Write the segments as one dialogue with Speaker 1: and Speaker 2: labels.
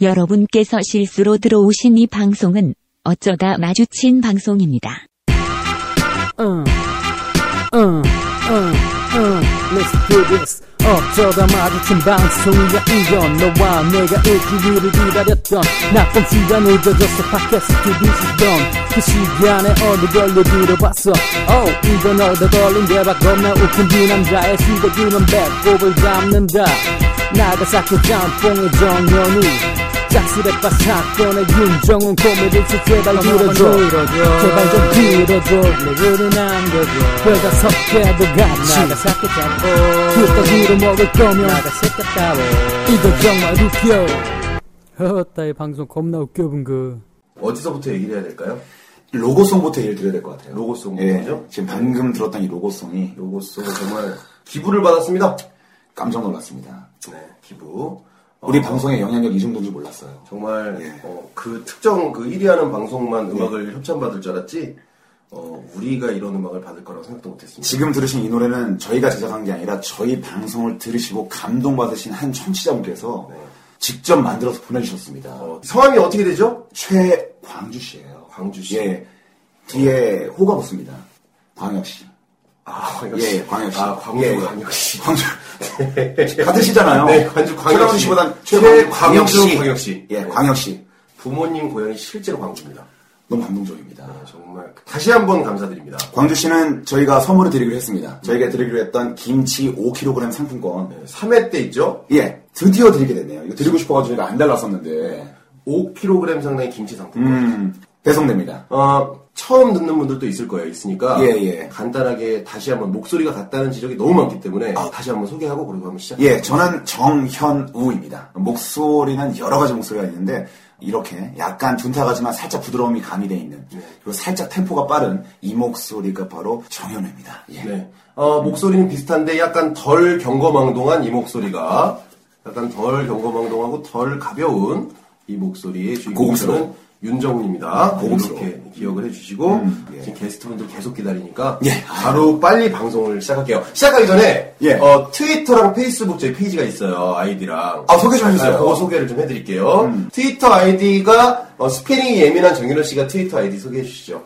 Speaker 1: 여러분께서 실수로 들어오신 이 방송은 어쩌다 마주친 방송입니다.
Speaker 2: Uh, uh, uh, uh, let's do this. Uh, 어쩌다 마주친 방송이야 이건 너와 내가 일주일을 기다렸던 나쁜 시간 늦어져서 팟캐스트 뒤지던 그 시간에 어느 걸로 들어봤어 oh, 이건 얻어 걸린 대박 겁나 웃긴 두 남자의 시대기는 배꼽을 잡는다 나가사키 짬뽕의 정연우 짝스레빠 사건의 윤정훈 코미디스 제발 들어줘 제발 좀 들어줘 레벨을 남겨줘 별다 섞여도 같이 나가사키 짬뽕 그따위로 먹을 거면 나가사키 따로 이거 정말 웃겨 허따이 방송 겁나 웃겨 분그
Speaker 3: 어디서부터 얘기를 해야 될까요?
Speaker 4: 로고송부터 얘기를 드려야 될 것 같아요.
Speaker 3: 로고송
Speaker 4: 예,
Speaker 3: 뭐죠?
Speaker 4: 지금 방금 들었던 이 로고송이
Speaker 3: 로고송 정말 기부를 받았습니다.
Speaker 4: 깜짝 놀랐습니다.
Speaker 3: 네, 기부.
Speaker 4: 우리
Speaker 3: 어,
Speaker 4: 방송의 영향력 이 정도인 줄 몰랐어요.
Speaker 3: 정말
Speaker 4: 예.
Speaker 3: 어, 그 특정 그 1위 하는 방송만 음악을 협찬받을 줄 알았지 어, 우리가 이런 음악을 받을 거라고 생각도 못했습니다.
Speaker 4: 지금 들으신 이 노래는 저희가 제작한 게 아니라 저희 방송을 들으시고 감동받으신 한 청취자분께서
Speaker 3: 네.
Speaker 4: 직접 만들어서 보내주셨습니다.
Speaker 3: 어, 성함이 어떻게 되죠?
Speaker 4: 최광주 씨예요.
Speaker 3: 광주 씨.
Speaker 4: 예. 뒤에 호가 붙습니다. 광혁 씨.
Speaker 3: 아, 광혁
Speaker 4: 예,
Speaker 3: 씨.
Speaker 4: 광혁 씨.
Speaker 3: 아, 광주
Speaker 4: 예.
Speaker 3: 광혁 씨.
Speaker 4: 광주. 예, 같으시잖아요.
Speaker 3: 네, 광주 광혁
Speaker 4: 최광주
Speaker 3: 씨.
Speaker 4: 씨보단
Speaker 3: 최광주 광혁 씨.
Speaker 4: 예, 광혁 씨.
Speaker 3: 부모님 고향이 실제로 광주입니다.
Speaker 4: 너무 감동적입니다.
Speaker 3: 아, 정말 다시 한번 감사드립니다.
Speaker 4: 광주 씨는 저희가 선물을 드리기로 했습니다. 저희가 드리기로 했던 김치 5kg 상품권.
Speaker 3: 네, 3회 때 있죠?
Speaker 4: 예, 드디어 드리게 됐네요. 이거 드리고 싶어가지고 저희가 안 달랐었는데.
Speaker 3: 5kg 상당의 김치 상품.
Speaker 4: 음, 배송됩니다.
Speaker 3: 어, 처음 듣는 분들도 있을 거예요. 있으니까
Speaker 4: 예, 예.
Speaker 3: 간단하게 다시 한번 목소리가 같다는 지적이 너무 많기 때문에
Speaker 4: 아.
Speaker 3: 다시 한번 소개하고 그리고 한번 시작.
Speaker 4: 예, 저는 정현우입니다. 목소리는 여러 가지 목소리가 있는데, 이렇게 약간 둔탁하지만 살짝 부드러움이 가미되어 있는,
Speaker 3: 네.
Speaker 4: 그리고 살짝 템포가 빠른 이 목소리가 바로 정현우입니다. 예.
Speaker 3: 네. 어, 목소리는 비슷한데 약간 덜 경거망동한 이 목소리가 약간 덜 경거망동하고 덜 가벼운 이 목소리의 주인공은
Speaker 4: 고급스러운.
Speaker 3: 윤정훈입니다.
Speaker 4: 아, 고급스러운.
Speaker 3: 이렇게 기억을 해주시고
Speaker 4: 음, 예.
Speaker 3: 지금 게스트분들 계속 기다리니까
Speaker 4: 예.
Speaker 3: 바로 빨리 방송을 시작할게요. 시작하기 전에
Speaker 4: 예.
Speaker 3: 어, 트위터랑 페이스북 제 페이지가 있어요 아이디랑.
Speaker 4: 아, 소개 좀 해주세요. 음.
Speaker 3: 아, 그거 소개를 좀 해드릴게요. 트위터 아이디가 어, 스페링이 예민한 정윤호 씨가 트위터 아이디 소개해 주시죠.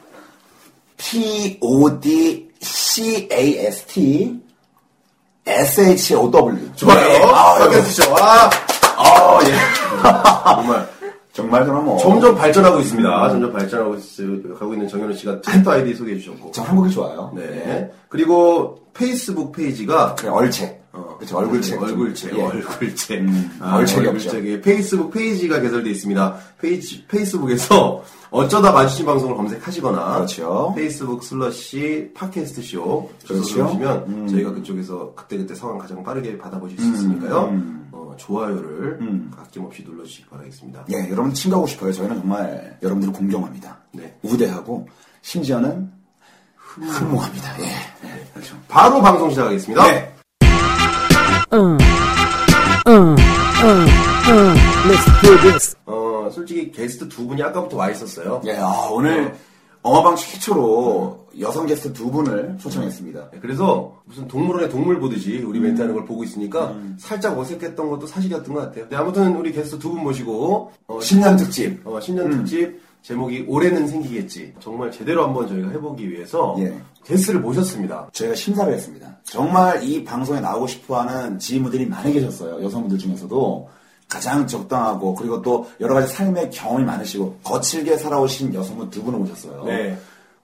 Speaker 4: P-O-D-C-A-S-T S-H-O-W.
Speaker 3: 좋아요.
Speaker 4: 네. 아,
Speaker 3: 아,
Speaker 4: 여기-
Speaker 3: 시죠 아,
Speaker 4: 아, 예.
Speaker 3: 정말.
Speaker 4: 정말 저는 뭐.
Speaker 3: 점점 발전하고 있습니다. 아, 점점 발전하고 있- 가고 있는 정현우 씨가 트위터 아이디 소개해 주셨고.
Speaker 4: 저 한국이 좋아요.
Speaker 3: 네. 그리고 페이스북 페이지가
Speaker 4: 그래, 얼책. 그쵸, 어, 얼굴책.
Speaker 3: 어, 네, 얼굴책,
Speaker 4: 예.
Speaker 3: 얼굴책.
Speaker 4: 음, 얼굴책이 없죠.
Speaker 3: 얼굴책에 예, 페이스북 페이지가 개설되어 있습니다. 페이지, 페이스북에서 어쩌다 마주친 방송을 검색하시거나
Speaker 4: 그렇죠.
Speaker 3: 페이스북 슬러시 팟캐스트 쇼
Speaker 4: 그렇죠.
Speaker 3: 들어오시면 저희가 그쪽에서 그때그때 상황 가장 빠르게 받아보실 수 있으니까요.
Speaker 4: 음.
Speaker 3: 어, 좋아요를 아낌없이 눌러주시기 바라겠습니다.
Speaker 4: 예, 여러분 친구하고 싶어요. 저희는 정말 여러분들을 공경합니다.
Speaker 3: 네.
Speaker 4: 우대하고, 심지어는 흠모합니다. 예. 예, 그렇죠.
Speaker 3: 바로 방송 시작하겠습니다.
Speaker 4: 네.
Speaker 2: uh, uh, uh, uh, let's do this
Speaker 3: 어, 솔직히 게스트 두 분이 아까부터 와 있었어요.
Speaker 4: 예, 아, 오늘 어마방 최초로 여성 게스트 두 분을 초청했습니다.
Speaker 3: 네,
Speaker 4: 음.
Speaker 3: 그래서 무슨 동물원에 동물 보듯이 우리 멘트하는 걸 보고 있으니까 살짝 어색했던 것도 사실이었던 것 같아요. 네, 아무튼 우리 게스트 두 분 모시고 어,
Speaker 4: 신년 특집. 음.
Speaker 3: 어, 신년 특집 제목이 올해는 생기겠지. 정말 제대로 한번 저희가 해보기 위해서
Speaker 4: 예.
Speaker 3: 게스트를 모셨습니다.
Speaker 4: 저희가 심사를 했습니다. 정말 이 방송에 나오고 싶어하는 지인분들이 많이 계셨어요. 여성분들 중에서도 가장 적당하고 그리고 또 여러 가지 삶의 경험이 많으시고 거칠게 살아오신 여성분 두 분을 모셨어요.
Speaker 3: 네.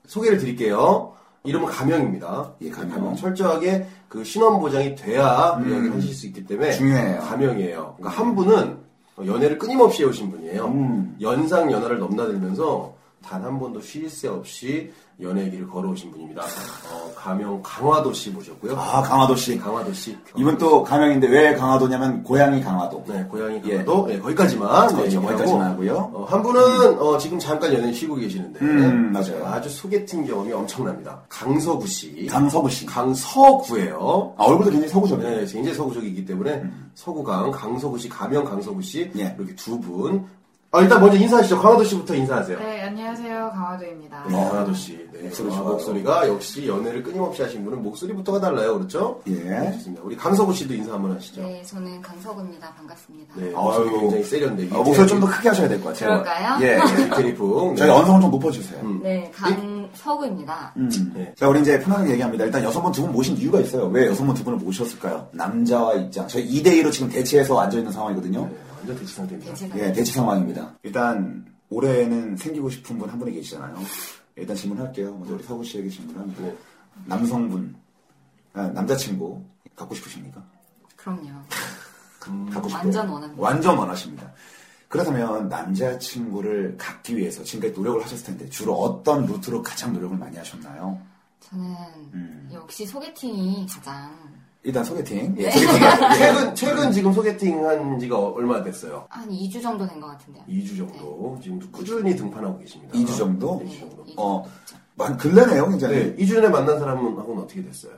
Speaker 3: 소개를 드릴게요. 이름은 가명입니다.
Speaker 4: 예, 가명. 음.
Speaker 3: 철저하게 그 신원 보장이 돼야 이야기를 하실 수 있기 때문에
Speaker 4: 중요해요.
Speaker 3: 가명이에요. 그러니까 한 분은 연애를 끊임없이 해오신 분이에요.
Speaker 4: 음.
Speaker 3: 연상 연하를 넘나들면서 단 한 번도 쉴 새 없이 연애 길을 걸어오신 분입니다. 어, 가명 강화도 씨 모셨고요.
Speaker 4: 아 강화도 씨.
Speaker 3: 강화도 씨.
Speaker 4: 이분 또 가명인데 왜 강화도냐면 고향이 강화도.
Speaker 3: 네, 고양이 강화도 예, 거기까지만
Speaker 4: 그렇죠,
Speaker 3: 얘기하고,
Speaker 4: 거기까지만 하고요.
Speaker 3: 어, 한 분은 어, 지금 잠깐 연애 쉬고 계시는데 네.
Speaker 4: 음, 맞아요.
Speaker 3: 아주 소개팅 경험이 엄청납니다. 강서구 씨,
Speaker 4: 강서구 씨.
Speaker 3: 서구예요
Speaker 4: 아, 얼굴도 굉장히 서구적이에요. 음.
Speaker 3: 네, 굉장히 서구적이기 때문에 서구강, 강서구 씨, 가명 강서구 씨
Speaker 4: 예.
Speaker 3: 이렇게 두 분 아, 일단 먼저 인사하시죠. 강화도 씨부터 인사하세요.
Speaker 5: 네, 안녕하세요. 강화도입니다.
Speaker 3: 네, 강화도 씨. 네,
Speaker 4: 목소리
Speaker 3: 아,
Speaker 4: 좋아요.
Speaker 3: 목소리가 역시 연애를 끊임없이 하신 분은 목소리부터가 달라요. 그렇죠?
Speaker 4: 예.
Speaker 3: 네, 좋습니다. 우리 강서구 씨도 인사 한번 하시죠.
Speaker 6: 네, 저는 강석우입니다. 반갑습니다.
Speaker 3: 네,
Speaker 4: 아유.
Speaker 3: 목소리 굉장히 세련돼.
Speaker 4: 어, 목소리 좀 더 크게 하셔야 될 것 같아요.
Speaker 6: 그럴까요?
Speaker 4: 예.
Speaker 3: 테리풍.
Speaker 4: 저희 언성을 좀 높여주세요.
Speaker 6: 네, 강석우입니다.
Speaker 4: 음.
Speaker 3: 네.
Speaker 4: 자, 우리 이제 편하게 얘기합니다. 일단 여성분 두 분 모신 이유가 있어요. 왜 여성분 두 분을 모셨을까요? 남자와 입장. 저희 2대2로 지금 대치해서 앉아있는 상황이거든요.
Speaker 3: 완전 대치 상태입니다.
Speaker 6: 대체가
Speaker 4: 예, 대치 상황입니다. 일단, 올해는 생기고 싶은 분 한 분이 계시잖아요. 일단 질문할게요. 먼저 우리 서구 씨에게 질문합니다. 남성분, 아, 남자친구, 갖고 싶으십니까?
Speaker 6: 그럼요.
Speaker 4: 갖고 싶어요.
Speaker 6: 완전 원합니다.
Speaker 4: 완전 원하십니다. 그렇다면 남자친구를 갖기 위해서 지금까지 노력을 하셨을 텐데 주로 어떤 루트로 가장 노력을 많이 하셨나요?
Speaker 6: 저는 역시 소개팅이 가장
Speaker 4: 일단 소개팅.
Speaker 6: 네.
Speaker 4: 예,
Speaker 3: 최근, 최근 지금 소개팅 한 지가 얼마 됐어요?
Speaker 6: 한 2주 정도 된 것 같은데요.
Speaker 3: 2주 정도. 지금 꾸준히 등판하고 계십니다.
Speaker 4: 2주 정도?
Speaker 3: 네, 2주 정도.
Speaker 6: 이-
Speaker 4: 어, 한 근래네요, 굉장히.
Speaker 3: 네, 2주 전에 만난 사람하고는 어떻게 됐어요?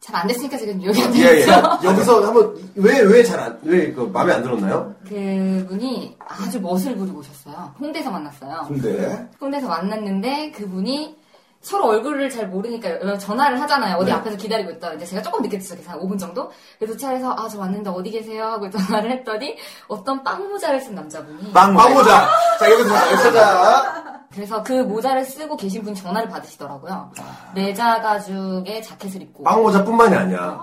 Speaker 6: 잘 안 됐으니까 지금 여기 안
Speaker 4: 예,
Speaker 6: 돼요.
Speaker 4: 예.
Speaker 3: 여기서 한번 왜 왜 잘 안 왜 그 마음에 안 들었나요?
Speaker 6: 그분이 아주 멋을 부리고 오셨어요. 홍대에서 만났어요.
Speaker 3: 네.
Speaker 4: 근데,
Speaker 6: 홍대에서 만났는데 그분이 서로 얼굴을 잘 모르니까 전화를 하잖아요. 어디 앞에서 기다리고 있다. 이제 제가 조금 늦게 도착해서 한 5분 정도? 그래서 차에서 아, 저 왔는데 어디 계세요? 하고 전화를 했더니 어떤 빵 모자를 쓴 남자분이
Speaker 4: 빵, 빵
Speaker 3: 광고자! 자, 여기서 자, 여기서 자.
Speaker 6: 그래서 그 모자를 쓰고 계신 분이 전화를 받으시더라고요. 내자 가죽에 자켓을 입고
Speaker 3: 빵모자뿐만이 아니야.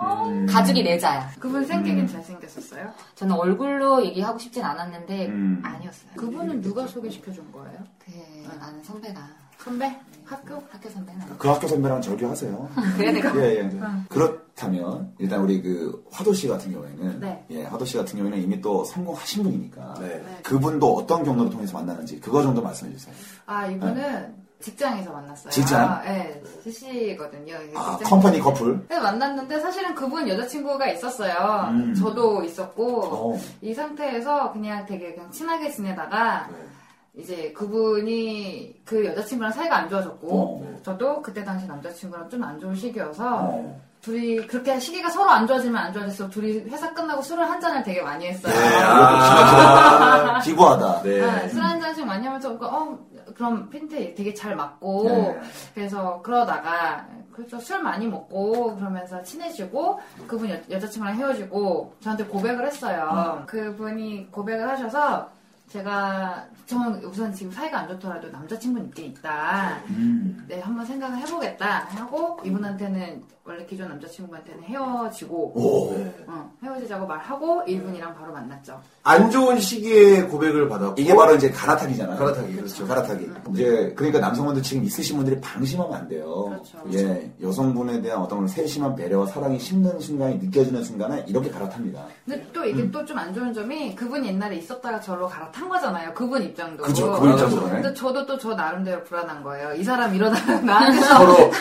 Speaker 6: 가죽이 내자야.
Speaker 5: 그분
Speaker 4: 음.
Speaker 5: 생기긴 잘생겼었어요?
Speaker 6: 저는 얼굴로 얘기하고 싶진 않았는데
Speaker 4: 음.
Speaker 6: 아니었어요.
Speaker 5: 그분은 누가 소개시켜 준 거예요?
Speaker 6: 그 아는 선배가
Speaker 5: 선배? 학교?
Speaker 6: 학교 선배는 아니고.
Speaker 4: 그 학교 선배랑 절교하세요.
Speaker 6: 그래 내가
Speaker 4: 예, 예.
Speaker 6: 아.
Speaker 4: 그렇다면, 일단 우리 그, 화도 씨 같은 경우에는,
Speaker 5: 네.
Speaker 4: 예, 화도 씨 같은 경우에는 이미 또 성공하신 분이니까,
Speaker 3: 네.
Speaker 4: 그분도 어떤 경로를 통해서 만나는지, 그거 정도 말씀해 주세요.
Speaker 5: 아, 이분은 직장에서 만났어요.
Speaker 4: 직장?
Speaker 5: 네, DC거든요.
Speaker 6: 네,
Speaker 4: 아, 컴퍼니 커플.
Speaker 5: 그래서 만났는데 사실은 그분 여자친구가 있었어요.
Speaker 4: 음.
Speaker 5: 저도 있었고
Speaker 4: 어,
Speaker 5: 이 상태에서 그냥 되게 그냥 친하게 지내다가
Speaker 4: 네.
Speaker 5: 이제 그분이 그 여자친구랑 사이가 안 좋아졌고
Speaker 4: 어.
Speaker 5: 저도 그때 당시 남자친구랑 좀 안 좋은 시기여서
Speaker 4: 어.
Speaker 5: 둘이 그렇게 시기가 서로 안 좋아지면 안 좋아졌어 둘이 회사 끝나고 술을 한 잔을 되게 많이 했어요.
Speaker 4: 네. 아, 기구하다.
Speaker 3: 네.
Speaker 5: 네, 술한 잔씩 많이 하면서 어 그럼 핀테 되게 잘 맞고
Speaker 4: 네.
Speaker 5: 그래서 그러다가 그래서 술 많이 먹고 그러면서 친해지고 그분 여, 여자친구랑 헤어지고 저한테 고백을 했어요.
Speaker 4: 아.
Speaker 5: 그분이 고백을 하셔서 제가 저는 우선 지금 사이가 안 좋더라도 남자친구는 있긴 있다.
Speaker 4: 음.
Speaker 5: 네, 한번 생각을 해보겠다 하고 이분한테는 원래 기존 남자친구한테는 헤어지고
Speaker 4: 오.
Speaker 6: 예.
Speaker 5: 어, 헤어지자고 말하고 이분이랑 바로 만났죠.
Speaker 3: 안 좋은 시기에 고백을 받았고
Speaker 4: 이게 바로 이제 갈아타기잖아요.
Speaker 3: 갈아타기, 그렇죠.
Speaker 4: 갈아타기. 이제 그러니까 남성분들 지금 있으신 분들이 방심하면 안 돼요.
Speaker 5: 그렇죠.
Speaker 4: 예, 여성분에 대한 어떤 세심한 배려와 사랑이 심는 순간이 느껴지는 순간에 이렇게 갈아탑니다.
Speaker 5: 근데 또 이게
Speaker 4: 음.
Speaker 5: 또 좀 안 좋은 점이 그분 옛날에 있었다가 저로 갈아탄 거잖아요. 그분 입장도.
Speaker 4: 그죠, 그분 입장도 그러네.
Speaker 5: 근데 저도 또 저 나름대로 불안한 거예요. 이 사람 이러다가 나한테서
Speaker 3: 서로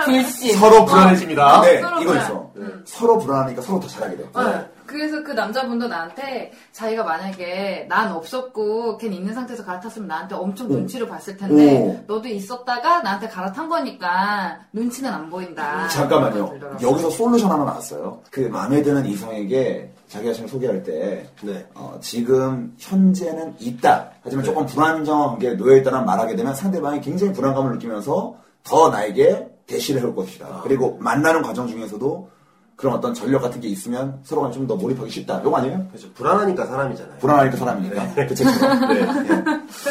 Speaker 4: 예.
Speaker 6: 불신.
Speaker 3: 서로 불안해집니다.
Speaker 4: 네,
Speaker 5: 서로
Speaker 4: 이거
Speaker 5: 불안.
Speaker 4: 있어. 서로 불안하니까 서로 더 잘하게 돼요.
Speaker 5: 네. 그래서 그 남자분도 나한테 자기가 만약에 난 없었고 걔 있는 상태에서 갈아탔으면 나한테 엄청 눈치를 봤을 텐데
Speaker 4: 오.
Speaker 5: 너도 있었다가 나한테 갈아탄 거니까 눈치는 안 보인다.
Speaker 4: 아, 잠깐만요.
Speaker 5: 그러더라고요.
Speaker 4: 여기서 솔루션 하나 나왔어요. 그 마음에 드는 이성에게 자기 자신을 소개할 때
Speaker 3: 네.
Speaker 4: 어, 지금 현재는 있다. 하지만 조금 불안정한 게 놓여있다는 말하게 되면 상대방이 굉장히 불안감을 느끼면서 더 나에게 대시를 해올 것이다. 그리고 만나는 과정 중에서도 그런 어떤 전력 같은 게 있으면 서로가 좀 더 몰입하기 쉽다. 이거 아니에요?
Speaker 3: 그렇죠. 불안하니까 사람이잖아요.
Speaker 4: 불안하니까 사람이니까. 그쵸, 그쵸.
Speaker 3: 네.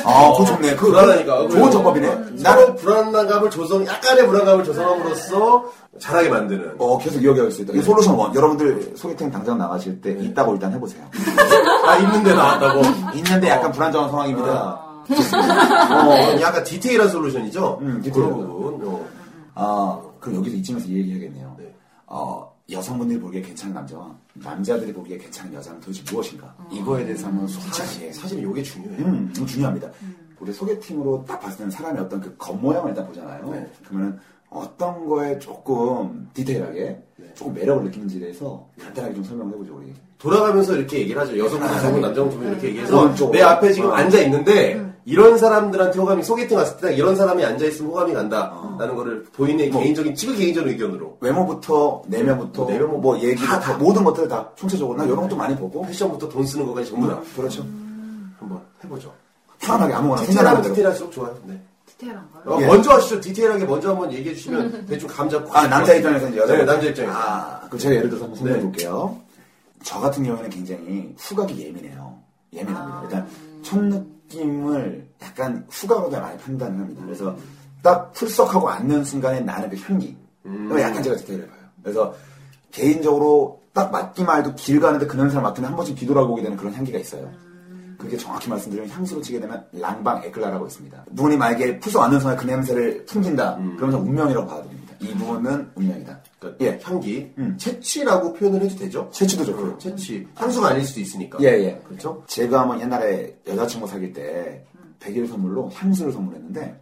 Speaker 4: 아, 그거 음, 좋네. 그,
Speaker 3: 불안하니까.
Speaker 4: 좋은 정법이네. 나는,
Speaker 3: 나로 불안감을 조성, 약간의 불안감을 조성함으로써 잘하게 만드는.
Speaker 4: 어, 계속 이야기할 수 있다. 이 솔루션 원. 여러분들 소개팅 당장 나가실 때 있다고 일단 해보세요.
Speaker 3: 아, 있는데 나왔다고.
Speaker 4: 있는데 약간 불안정한 상황입니다.
Speaker 3: 어, 약간 디테일한 솔루션이죠?
Speaker 4: 음, 디테일하다.
Speaker 3: 그런 부분. 어.
Speaker 4: 아, 그럼 여기서 이쯤에서 이 얘기하겠네요.
Speaker 3: 네.
Speaker 4: 어, 여성분들이 보기에 괜찮은 남자와 남자들이 보기에 괜찮은 여자는 도대체 무엇인가? 이거에 대해서 한번 솔직하게.
Speaker 3: 어. 예, 사실, 사실 이게 중요해요.
Speaker 4: 음, 이거 중요합니다. 우리 소개팅으로 딱 봤을 때는 사람의 어떤 그 겉모양을 일단 보잖아요.
Speaker 3: 네.
Speaker 4: 그러면은 어떤 거에 조금 디테일하게 조금 매력을 느끼는지에 대해서 간단하게 좀 설명해 보죠, 우리.
Speaker 3: 돌아가면서 이렇게 얘기를 하죠. 여성분, 남성분, 남성분 이렇게 얘기해서
Speaker 4: 네. 오른쪽.
Speaker 3: 내 앞에 지금
Speaker 4: 어.
Speaker 3: 앉아 있는데 이런 사람들한테 호감이 소개팅 왔을 때 이런 사람이 앉아 있으면 호감이
Speaker 4: 어.
Speaker 3: 간다라는 거를 본인의
Speaker 4: 뭐.
Speaker 3: 개인적인 지금 개인적인 의견으로
Speaker 4: 외모부터 내면부터 네.
Speaker 3: 뭐 내면
Speaker 4: 뭐 얘기 다, 다 모든 것들을 다 총체적으로 나 이런 것도 많이 보고
Speaker 3: 패션부터 돈 쓰는 것까지 전부 다.
Speaker 4: 그렇죠.
Speaker 3: 한번 해보죠.
Speaker 4: 편하게 아무거나
Speaker 3: 디테일하면
Speaker 4: 생각나는 대로.
Speaker 3: 디테일할수록 좋아요. 네.
Speaker 5: 디테일한 걸.
Speaker 3: 어,
Speaker 4: 예.
Speaker 3: 먼저 하시죠. 디테일하게 먼저 한번 얘기해 주시면 대충 감자
Speaker 4: 아, 남자 입장에서 이제 여자
Speaker 3: 네, 남자 입장에서.
Speaker 4: 아, 그럼 제가 예를 들어서 한번 설명해
Speaker 3: 네.
Speaker 4: 볼게요. 저 같은 경우에는 굉장히 후각이 예민해요. 예민합니다. 일단 첫 느낌을 약간 후각으로 다 많이 판단을 합니다. 그래서 딱 풀썩하고 앉는 순간에 나는 그 향기. 그걸 약간 제가 디테일을 봐요. 그래서 개인적으로 딱 맡기만 해도 길 가는데 그 냄새를 맡으면 한 번씩 뒤돌아보게 되는 그런 향기가 있어요. 그게 정확히 말씀드리면 향수로 치게 되면 랑방 에클라라고 있습니다. 부분이 만약에 풀썩 앉는 순간 그 냄새를 풍긴다. 그러면서 운명이라고 봐야 됩니다. 이 부분은 운명이다.
Speaker 3: 그러니까
Speaker 4: 예.
Speaker 3: 향기,
Speaker 4: 음.
Speaker 3: 채취라고 표현을 해도 되죠?
Speaker 4: 채취도 좋고요.
Speaker 3: 음, 채취. 향수가 아닐 수도 있으니까.
Speaker 4: 예, 예.
Speaker 3: 그렇죠?
Speaker 4: 제가 한번 옛날에 여자친구 사귈 때 100일 선물로 향수를 선물했는데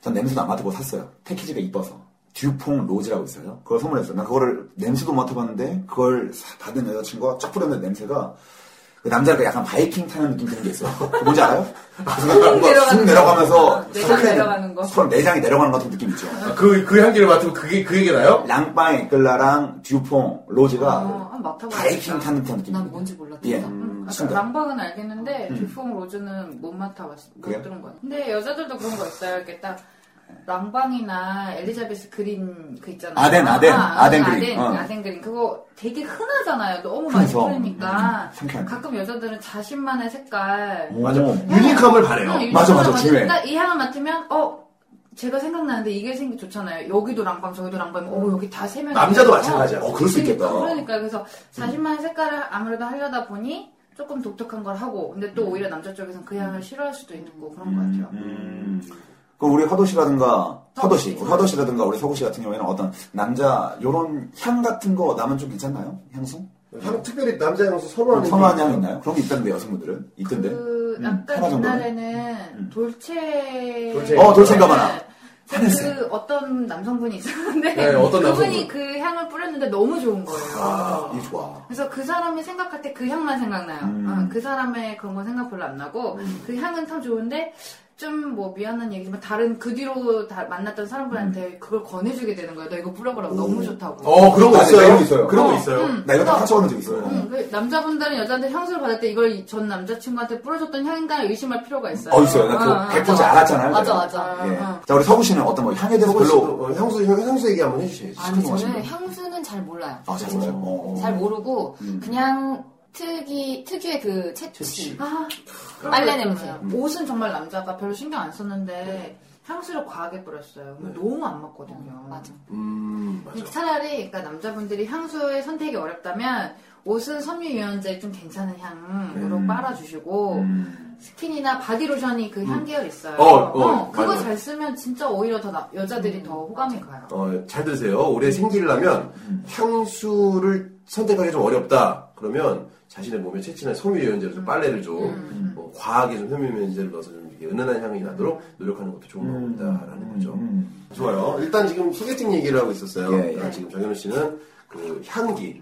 Speaker 4: 전 냄새도 안 맡아보고 샀어요. 패키지가 이뻐서. 듀퐁 로즈라고 있어요. 그걸 선물했어요. 나 그거를 냄새도 못 맡아봤는데 그걸 사- 받은 여자친구가 쫙 뿌렸는데 냄새가 그 남자가 약간 바이킹 타는 느낌 드는 게 있어요. 그거 뭔지 알아요? 쑥
Speaker 5: 내려가는
Speaker 4: 내려가면서
Speaker 6: 거. 내장 내려가는 거.
Speaker 4: 럼 내장이 내려가는 것 같은 느낌 있죠.
Speaker 3: 아, 그, 그 향기를 맡으면 그게, 그 얘기 나요?
Speaker 4: 랑빵 에클라랑 듀퐁 로즈가
Speaker 5: 아, 한번 맡아봐야겠다.
Speaker 4: 바이킹 타는 듯한 느낌.
Speaker 6: 난 뭔지 몰랐다.
Speaker 4: 예.
Speaker 5: 음, 아까
Speaker 4: 순간.
Speaker 5: 랑박은 알겠는데 듀퐁 로즈는 못 맡아봤어 못
Speaker 4: 음. 그래요?
Speaker 5: 들은 거야. 근데 여자들도 그런 거 있어요. 이렇게 딱 랑방이나 엘리자베스 그린 그 있잖아요.
Speaker 4: 아덴, 아덴, 아덴
Speaker 5: 아덴,
Speaker 4: 그린. 어.
Speaker 5: 아덴, 아덴 그린 그거 되게 흔하잖아요. 너무 많이
Speaker 4: 흔해서.
Speaker 5: 뿌리니까
Speaker 4: 음, 상쾌하게.
Speaker 5: 가끔 여자들은 자신만의 색깔
Speaker 4: 오.
Speaker 3: 맞아. 유니크함을 바래요.
Speaker 5: 응,
Speaker 4: 어, 맞아,
Speaker 5: 유니크함을
Speaker 4: 맞아,
Speaker 5: 맡-
Speaker 4: 중요해.
Speaker 5: 딱이 향을 맡으면 어. 제가 생각나는데 이게 생기 좋잖아요. 여기도 랑방, 저기도 랑방, 어 여기 다 세 명.
Speaker 3: 남자도 마찬가지야.
Speaker 4: 어, 그럴 수 있겠다. 음.
Speaker 5: 그러니까 그래서 자신만의 색깔을 아무래도 하려다 보니 조금 독특한 걸 하고 근데
Speaker 4: 음.
Speaker 5: 또 오히려 남자 쪽에서는 그 향을 싫어할 수도 있고 그런 것 같아요.
Speaker 4: 그 우리 화도시라든가 화도시,
Speaker 5: 화도시.
Speaker 4: 우리 화도시라든가 우리 서구시 같은 경우에는 어떤 남자 요런 향 같은 거 나면 좀 괜찮나요? 향수?
Speaker 3: 향, 특별히 남자 향수 음, 선호하는
Speaker 4: 선호하는
Speaker 3: 게
Speaker 4: 향 있나요? 그런 게 있다는데 여성분들은 있던데.
Speaker 5: 그
Speaker 4: 음,
Speaker 5: 약간
Speaker 4: 하나 정도는?
Speaker 5: 옛날에는
Speaker 4: 음.
Speaker 5: 돌체
Speaker 3: 돌체.
Speaker 4: 어, 돌체인가 봐라. 화냈어요.
Speaker 5: 그 어떤 남성분이 있었는데
Speaker 3: 네, 어떤
Speaker 5: 그분이
Speaker 3: 남성분.
Speaker 5: 그 향을 뿌렸는데 너무 좋은 거예요.
Speaker 4: 아, 이 좋아.
Speaker 5: 그래서 그 사람이 생각할 때 그 향만 생각나요.
Speaker 4: 음.
Speaker 5: 어, 그 사람의 그런 건 생각 별로 안 나고 그 향은 참 좋은데 좀 뭐 미안한 얘기지만 다른 그 뒤로 다 만났던
Speaker 4: 음.
Speaker 5: 사람들한테 그걸 권해주게 되는 거예요. 너 이거 뿌려보라고 너무 좋다고.
Speaker 3: 어, 그런 거
Speaker 4: 아,
Speaker 3: 있어요.
Speaker 4: 그런 거 있어요.
Speaker 3: 그런 거
Speaker 5: 어,
Speaker 3: 있어요.
Speaker 5: 음.
Speaker 4: 나 이거 다
Speaker 5: 그래서-
Speaker 4: 같이 받은 적 있어요.
Speaker 5: 음, 그 남자분들은 여자한테 향수를 받을 때 이걸 이- 전 남자친구한테 뿌려줬던 향인가 의심할 필요가 있어요.
Speaker 4: 어 있어요. 나
Speaker 5: 어,
Speaker 4: 그거 100%
Speaker 5: 어,
Speaker 4: 알았잖아요.
Speaker 6: 맞아,
Speaker 4: 내가.
Speaker 6: 맞아.
Speaker 4: 예.
Speaker 5: 어.
Speaker 4: 자 우리 서구 씨는 어떤 뭐 향에 대해서
Speaker 3: 별로
Speaker 4: 별로
Speaker 3: 어, 향수 향- 향수 얘기 한번 해주셔야지.
Speaker 6: 아니, 네.
Speaker 4: 하시는
Speaker 6: 저는
Speaker 4: 거.
Speaker 6: 향수는 잘 몰라요.
Speaker 4: 아잘 몰라요. 어.
Speaker 6: 잘 모르고,
Speaker 4: 음.
Speaker 6: 그냥 특이, 특유의 그 채취.
Speaker 5: 아, 그런
Speaker 6: 빨래
Speaker 5: 거
Speaker 6: 냄새.
Speaker 5: 있잖아요. 옷은 정말 남자가 별로 신경 안
Speaker 4: 네.
Speaker 5: 썼는데 향수를 과하게 뿌렸어요. 너무 안 맞거든요.
Speaker 6: 맞아.
Speaker 3: 음,
Speaker 4: 그렇죠.
Speaker 3: 맞아.
Speaker 5: 차라리 그러니까 남자분들이 향수의 선택이 어렵다면 옷은 섬유 유연제 좀 괜찮은 향으로
Speaker 4: 음.
Speaker 5: 빨아주시고 스킨이나 바디로션이 그 향계열 있어요.
Speaker 3: 어, 어,
Speaker 5: 그거
Speaker 3: 맞아요.
Speaker 5: 잘 쓰면 진짜 오히려 더 나-
Speaker 4: 음.
Speaker 5: 여자들이 더 호감이 가요.
Speaker 3: 어, 잘 들으세요. 올해 생기려면 향수를 선택하기 좀 어렵다. 그러면 자신의 몸에 채취나 섬유유연제로 좀 빨래를 좀 어, 과하게 좀 섬유유연제를 넣어서 좀 이렇게 은은한 향이 나도록 노력하는 것도 좋은 방법이다라는 거죠. 좋아요. 일단 지금 소개팅 얘기를 하고 있었어요.
Speaker 4: 예, 예.
Speaker 3: 일단 지금 정현우 씨는 그 향기,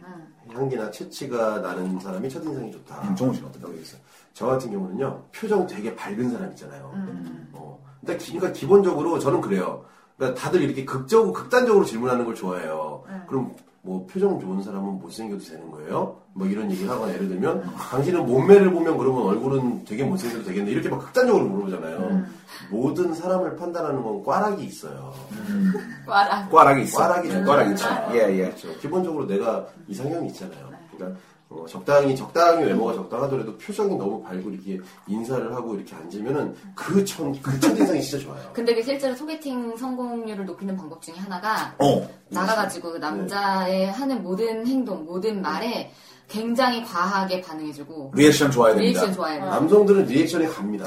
Speaker 3: 향기나 채취가 나는 사람이 첫인상이 좋다.
Speaker 4: 음, 정우 씨는 어때요?
Speaker 3: 라고 얘기했어요. 저 같은 경우는요, 표정 되게 밝은 사람 있잖아요. 어, 근데 기- 그러니까 기본적으로 저는 그래요. 그러니까 다들 이렇게 극적으로, 극단적으로 질문하는 걸 좋아해요. 그럼 뭐 표정 좋은 사람은 못생겨도 되는 거예요? 뭐 이런 얘기를 하거나 예를 들면 당신은 몸매를 보면 그러면 얼굴은 되게 못생겨도 되겠네 이렇게 막 극단적으로 물어보잖아요. 모든 사람을 판단하는 건 꽈락이 있어요.
Speaker 6: 와라.
Speaker 4: 꽈락이 있어.
Speaker 3: 꽈락이
Speaker 4: 예,
Speaker 3: 있죠.
Speaker 4: 꽈락이 있죠.
Speaker 3: 꽈락.
Speaker 4: 예예.
Speaker 3: 그렇죠. 기본적으로 내가 이상형이 있잖아요. 그러니까 어, 적당히 적당히 외모가 적당하더라도 표정이 너무 밝고 이렇게 인사를 하고 이렇게 앉으면은 그첫그첫 인상이 진짜 좋아요.
Speaker 6: 근데 그 실제로 소개팅 성공률을 높이는 방법 중에 하나가
Speaker 4: 어.
Speaker 6: 나가가지고 그
Speaker 4: 네.
Speaker 6: 남자의 하는 모든 행동, 모든 말에 굉장히 과하게 반응해주고
Speaker 4: 리액션 좋아야 됩니다. 아,
Speaker 6: 리액션 좋아해요.
Speaker 3: 남성들은 리액션이 갑니다.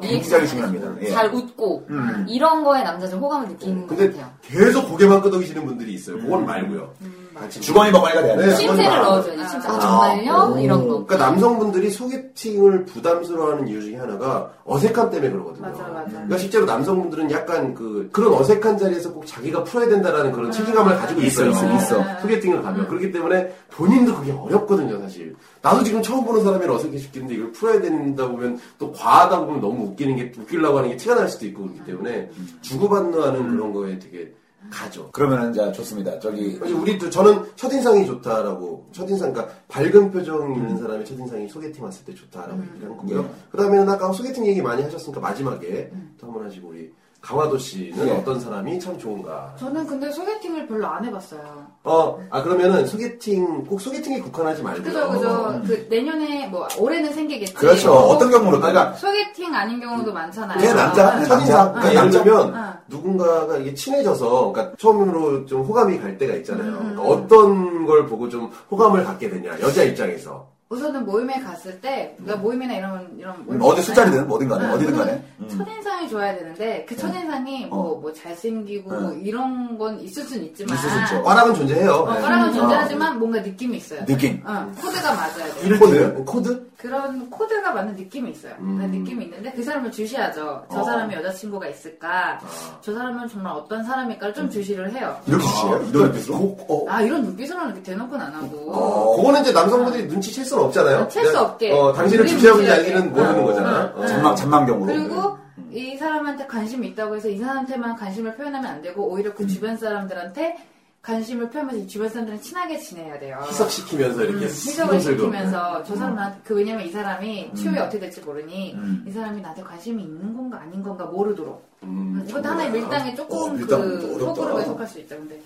Speaker 4: 굉장히 중요합니다. 예.
Speaker 6: 잘 웃고
Speaker 4: 음. 네.
Speaker 6: 이런 거에 남자들 호감을 느끼는 것
Speaker 3: 근데
Speaker 6: 같아요.
Speaker 3: 계속 고개만 끄덕이시는 분들이 있어요. 그건 말고요.
Speaker 6: 음,
Speaker 3: 같이
Speaker 4: 음. 주거니 먹거니가 돼야 돼.
Speaker 3: 네.
Speaker 6: 칭찬을 넣어줘요. 칭찬. 아, 정말요?
Speaker 4: 오.
Speaker 6: 이런 거.
Speaker 3: 그러니까 남성분들이 소개팅을 부담스러워하는 이유 중에 하나가 어색함 때문에 그러거든요.
Speaker 5: 맞아, 맞아.
Speaker 3: 그러니까 실제로 남성분들은 약간 그 그런 어색한 자리에서 꼭 자기가 풀어야 된다라는 그런 책임감을 가지고 있어요.
Speaker 4: 있어, 있어,
Speaker 5: 있어.
Speaker 3: 소개팅을 가면 그렇기 때문에 본인도 그게 어렵거든요, 사실. 나도 지금 처음 보는 사람이 어색해 죽겠는데 이걸 풀어야 된다 보면 또 과하다 보면 너무 웃기는 게 웃기려고 하는 게 티가 날 수도 있고 그렇기 때문에 주고받는 그런 거에 되게 가죠.
Speaker 4: 그러면은 이제 좋습니다. 저기
Speaker 3: 그래서 우리 또 저는 첫인상이 좋다라고 첫인상 그러니까 밝은 표정
Speaker 5: 음.
Speaker 3: 있는 사람의 첫인상이 소개팅 왔을 때 좋다라고 얘기를 한 거고요.
Speaker 4: 예.
Speaker 3: 그다음에는 아까 뭐 소개팅 얘기 많이 하셨으니까 마지막에
Speaker 5: 음.
Speaker 3: 또 한 번 하시고 우리 강화도 씨는
Speaker 4: 예.
Speaker 3: 어떤 사람이 참 좋은가?
Speaker 5: 저는 근데 소개팅을 별로 안 해봤어요.
Speaker 3: 어, 아 그러면은 소개팅 꼭 소개팅에 국한하지 말고요.
Speaker 5: 그죠, 그죠. 그 내년에 뭐 올해는 생기겠지.
Speaker 4: 어. 그렇죠.
Speaker 5: 뭐
Speaker 4: 어떤 경우로 그러니까
Speaker 5: 소개팅 아닌 경우도 많잖아요. 아,
Speaker 4: 걔 남자
Speaker 5: 응.
Speaker 4: 남자
Speaker 3: 첫인상
Speaker 4: 그러니까
Speaker 3: 그러니까 예를
Speaker 4: 남자
Speaker 3: 들면
Speaker 5: 응.
Speaker 3: 누군가가 이게 친해져서 그러니까 처음으로 좀 호감이 갈 때가 있잖아요.
Speaker 5: 음.
Speaker 3: 그러니까 어떤 걸 보고 좀 호감을 갖게 되냐 여자 입장에서
Speaker 5: 우선은 모임에 갔을 때, 그러니까 모임이나 이런 이런
Speaker 4: 음,
Speaker 5: 모임
Speaker 4: 어디
Speaker 5: 있잖아요.
Speaker 4: 술자리든 뭐든 간에
Speaker 5: 응,
Speaker 4: 어디든 간에
Speaker 5: 그래서
Speaker 4: 음.
Speaker 5: 첫인상이 좋아야 되는데 그 첫인상이 뭐 뭐 잘생기고
Speaker 4: 응.
Speaker 5: 뭐 이런 건 있을 순 있지만
Speaker 4: 음. 있을 수 있죠. 네. 음.
Speaker 3: 꽈락은 존재해요.
Speaker 5: 아.
Speaker 3: 네.
Speaker 5: 어, 꽈락은 존재하지만 뭔가 느낌이 있어요.
Speaker 4: 느낌.
Speaker 5: 어, 코드가 맞아야 돼.
Speaker 3: 이를 코드? 코드?
Speaker 5: 그런 코드가 맞는 느낌이 있어요. 그런 느낌이 있는데 그 사람을 주시하죠. 저
Speaker 4: 음. 어.
Speaker 5: 사람이 여자친구가 있을까? 저 사람은 정말 어떤 사람일까를
Speaker 4: 음.
Speaker 5: 좀 주시를 해요.
Speaker 4: 이렇게 주시요 이런
Speaker 3: 아,
Speaker 4: 느낌으로?
Speaker 3: 고- 어,
Speaker 5: 아 이런 눈빛으로는 이렇게 대놓고는 안 하고.
Speaker 3: 어, 그거는 이제 남성분들이 눈치 챌 수는 없잖아요.
Speaker 5: 아, 챌수
Speaker 3: 그냥,
Speaker 5: 없게.
Speaker 3: 어, 당신을
Speaker 5: 우리
Speaker 3: 주시하는지
Speaker 5: 눈치를
Speaker 3: 아니는
Speaker 5: 이렇게.
Speaker 3: 모르는
Speaker 5: 어,
Speaker 3: 거잖아.
Speaker 5: 어,
Speaker 3: 어.
Speaker 4: 잔망 잔망경으로.
Speaker 5: 그리고 이 사람한테 관심이 있다고 해서 이 사람한테만 관심을 표현하면 안 되고 오히려
Speaker 4: 음.
Speaker 5: 그 주변 사람들한테 관심을 표현하면서 이 주변 사람들은 친하게 지내야 돼요.
Speaker 3: 희석시키면서 이렇게
Speaker 5: 음, 희석을
Speaker 3: 슬금슬금.
Speaker 4: 네.
Speaker 5: 시키면서 저 사람 나한테 그 왜냐면 이 사람이 추후에 어떻게 될지 모르니
Speaker 4: 음.
Speaker 5: 이 사람이 나한테 관심이 있는 건가 아닌 건가 모르도록
Speaker 3: 음,
Speaker 5: 음, 이것도 하나의 밀당에 조금
Speaker 4: 어, 밀당
Speaker 5: 그
Speaker 4: 어렵다. 음.
Speaker 5: 호불호가 속할 수 있죠. 근데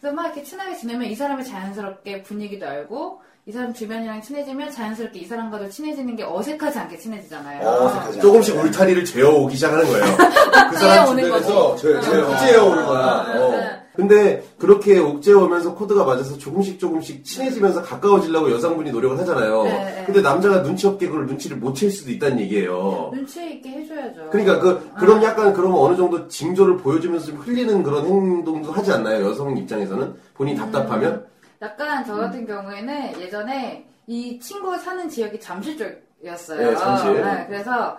Speaker 5: 그래서 막 이렇게 친하게 지내면 이 사람이 자연스럽게 분위기도 알고 이 사람 주변이랑 친해지면 자연스럽게 이 사람과도 친해지는 게 어색하지 않게 친해지잖아요.
Speaker 4: 어, 어색하지
Speaker 3: 조금씩 울타리를 죄어오기 시작하는 거예요. 그 사람
Speaker 6: 죄어오는
Speaker 3: 주변에서
Speaker 4: 거지.
Speaker 3: 죄어오는
Speaker 4: 어.
Speaker 3: 죄어오거나. 어.
Speaker 5: 네.
Speaker 3: 근데 그렇게 옥죄어오면서 코드가 맞아서 조금씩 조금씩 친해지면서 가까워지려고 여성분이 노력을 하잖아요.
Speaker 5: 네, 네.
Speaker 3: 근데 남자가 눈치 없게 그걸 눈치를 못 챌 수도 있다는 얘기예요.
Speaker 5: 눈치 있게 해줘야죠.
Speaker 3: 그러니까 그 그런 약간 그런 어느 정도 징조를 보여주면서 좀 흘리는 그런 행동도 하지 않나요 여성 입장에서는
Speaker 5: 음.
Speaker 3: 본인이 답답하면
Speaker 5: 약간 저 같은
Speaker 3: 음.
Speaker 5: 경우에는 예전에 이 친구 사는 지역이 잠실 쪽이었어요.
Speaker 3: 네, 잠실.
Speaker 5: 그래서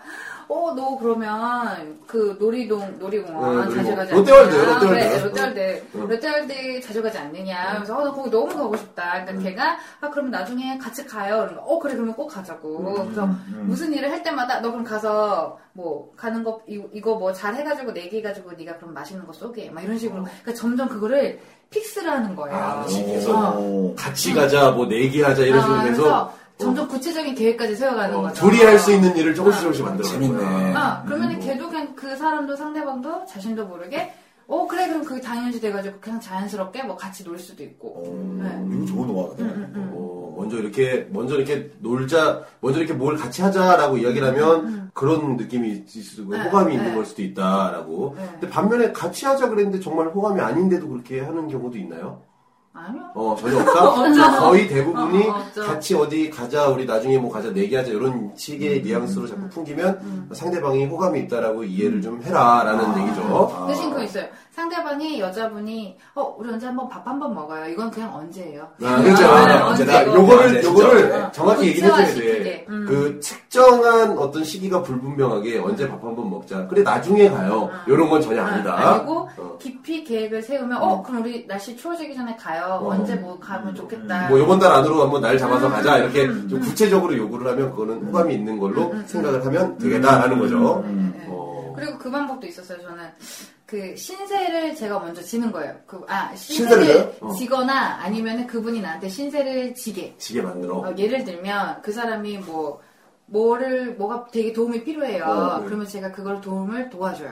Speaker 5: 어 너 그러면 그 놀이동
Speaker 3: 네,
Speaker 5: 놀이공원
Speaker 3: 놀이공원.
Speaker 5: 아, 자주 가지
Speaker 3: 롯데월드, 음.
Speaker 5: 않느냐?
Speaker 3: 롯데월드.
Speaker 5: 아, 그래, 롯데월드
Speaker 3: 응.
Speaker 4: 음.
Speaker 5: 롯데월드 자주 가지 않느냐? 그래서 어나 거기 너무 가고 싶다.
Speaker 3: 음.
Speaker 5: 그러니까 걔가 아 그럼 나중에 같이 가요. 그러면 어 그래 그러면 꼭 가자고.
Speaker 3: 음,
Speaker 5: 그래서 무슨 일을 할 때마다 너 그럼 가서 뭐 가는 거 이, 이거 뭐 잘 해가지고 내기해가지고 네가 그럼 맛있는 거 쏘게 막 이런 식으로. 그러니까 점점 그거를 픽스를 하는 거예요.
Speaker 3: 어. 아, 그치.
Speaker 5: 어.
Speaker 4: 네. 오.
Speaker 3: 같이 가자 뭐 내기하자 이런 식으로
Speaker 5: 아,
Speaker 3: 해서
Speaker 5: 그래서 점점 구체적인 계획까지 세워가는
Speaker 3: 어,
Speaker 5: 거죠.
Speaker 3: 둘이 할 수 있는 일을 조금씩 조금씩 만들어 가는
Speaker 4: 재밌네.
Speaker 3: 거야.
Speaker 5: 아, 그러면 걔도 그냥 그 사람도 상대방도 자신도 모르게 어 그래 그럼 그게 당연시 돼가지고 그냥 자연스럽게 뭐 같이 놀 수도 있고. 네.
Speaker 4: 이거 좋은 노하우다.
Speaker 3: 어, 먼저 이렇게 먼저 이렇게 놀자 먼저 이렇게 뭘 같이 하자라고 이야기를 하면 그런 느낌이 있을 수도 있고
Speaker 5: 음. 네,
Speaker 3: 호감이
Speaker 5: 네.
Speaker 3: 있는 걸 수도 있다라고
Speaker 5: 네.
Speaker 3: 근데 반면에 같이 하자 그랬는데 정말 호감이 아닌데도 그렇게 하는 경우도 있나요?
Speaker 5: 아니요.
Speaker 3: 어, 전혀 없다? 거의 대부분이
Speaker 5: 어, 없죠.
Speaker 3: 같이 어디 가자, 우리 나중에 뭐 가자, 내기하자, 이런
Speaker 5: 음,
Speaker 3: 식의 뉘앙스로 자꾸 풍기면 상대방이 호감이 있다라고 이해를 좀 해라, 라는
Speaker 5: 아.
Speaker 3: 얘기죠.
Speaker 5: 대신 그거 있어요. 상대방이 여자분이 어 우리 언제 한번 밥 한번 먹어요. 이건 그냥 언제예요.
Speaker 3: 아, 그렇죠.
Speaker 5: 아,
Speaker 3: 아,
Speaker 5: 언제 네.
Speaker 3: 나
Speaker 5: 이거.
Speaker 3: 요거를,
Speaker 4: 언제,
Speaker 3: 요거를
Speaker 4: 진짜.
Speaker 3: 정확히 얘기를 해줘야 돼.
Speaker 5: 구체화시키게. 음.
Speaker 3: 그 측정한 어떤 시기가 불분명하게 언제 밥 한번 먹자. 그래, 나중에 가요. 요런 건 전혀 아니다.
Speaker 5: 아니고
Speaker 3: 어.
Speaker 5: 깊이 계획을 세우면 어 그럼 우리 날씨 추워지기 전에 가요. 언제 뭐 가면 좋겠다.
Speaker 3: 어. 뭐 요번 달 안으로 한번 날
Speaker 5: 음,
Speaker 3: 잡아서 가자 이렇게 좀 구체적으로 요구를 하면 그거는 호감이 있는
Speaker 5: 음,
Speaker 3: 걸로 생각을 하면 되겠다라는 거죠.
Speaker 5: 네.
Speaker 3: 어.
Speaker 5: 그리고 그 방법도 있었어요. 저는 그 신세를 제가 먼저 지는 거예요. 그 아
Speaker 3: 신세를요?
Speaker 5: 신세를
Speaker 3: 어.
Speaker 5: 지거나 아니면 그분이 나한테 신세를 지게.
Speaker 3: 지게 만들어.
Speaker 5: 어, 예를 들면 그 사람이 뭐 뭐를 뭐가 되게 도움이 필요해요.
Speaker 3: 어, 네.
Speaker 5: 그러면 제가 그걸 도움을 도와줘요.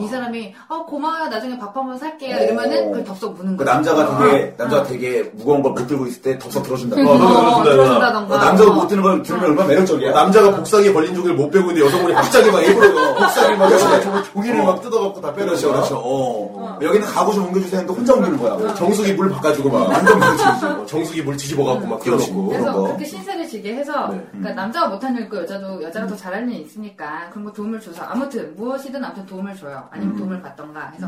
Speaker 5: 이 사람이 어 고마워요. 나중에 밥 한번 살게요. 이러면은 그걸 덥석 무는
Speaker 6: 음.
Speaker 4: 그
Speaker 5: 거예요.
Speaker 4: 남자가
Speaker 5: 어.
Speaker 4: 되게 남자가 되게 무거운 걸 못 들고 있을 때 덥석 들어준다.
Speaker 3: 어,
Speaker 4: 어,
Speaker 3: 들어준다던가.
Speaker 5: 어, 들어준다던가.
Speaker 4: 남자가 못 드는 걸 들으면 얼마나 매력적이야.
Speaker 3: 남자가 복사기 걸린 종이를 못 빼고 있는데 여성분이 갑자기 막 일부러 복사기 막 해서 저거 종이를 막 뜯어갖고 다 빼는
Speaker 4: 그렇죠,
Speaker 3: 거야.
Speaker 4: 그렇죠. 어. 여기는 가구 좀 옮겨주세요 했는데 혼자 옮기는 거야.
Speaker 3: 정수기 물 바꿔주고 막 완전 그 그렇죠. 네. 정수기 물 뒤집어갖고 막 끼워놓고.
Speaker 5: 그래서
Speaker 4: 그런 거.
Speaker 5: 그렇게 신세를 지게 해서
Speaker 3: 네.
Speaker 5: 그러니까 남자가 못하는 일 있고 여자도 여자가 더 잘하는 일 있으니까 그런 거 도움을 줘서 아무튼 무엇이든 아무튼 도움을 줘요 아니면
Speaker 3: 음.
Speaker 5: 도움을 받던가 해서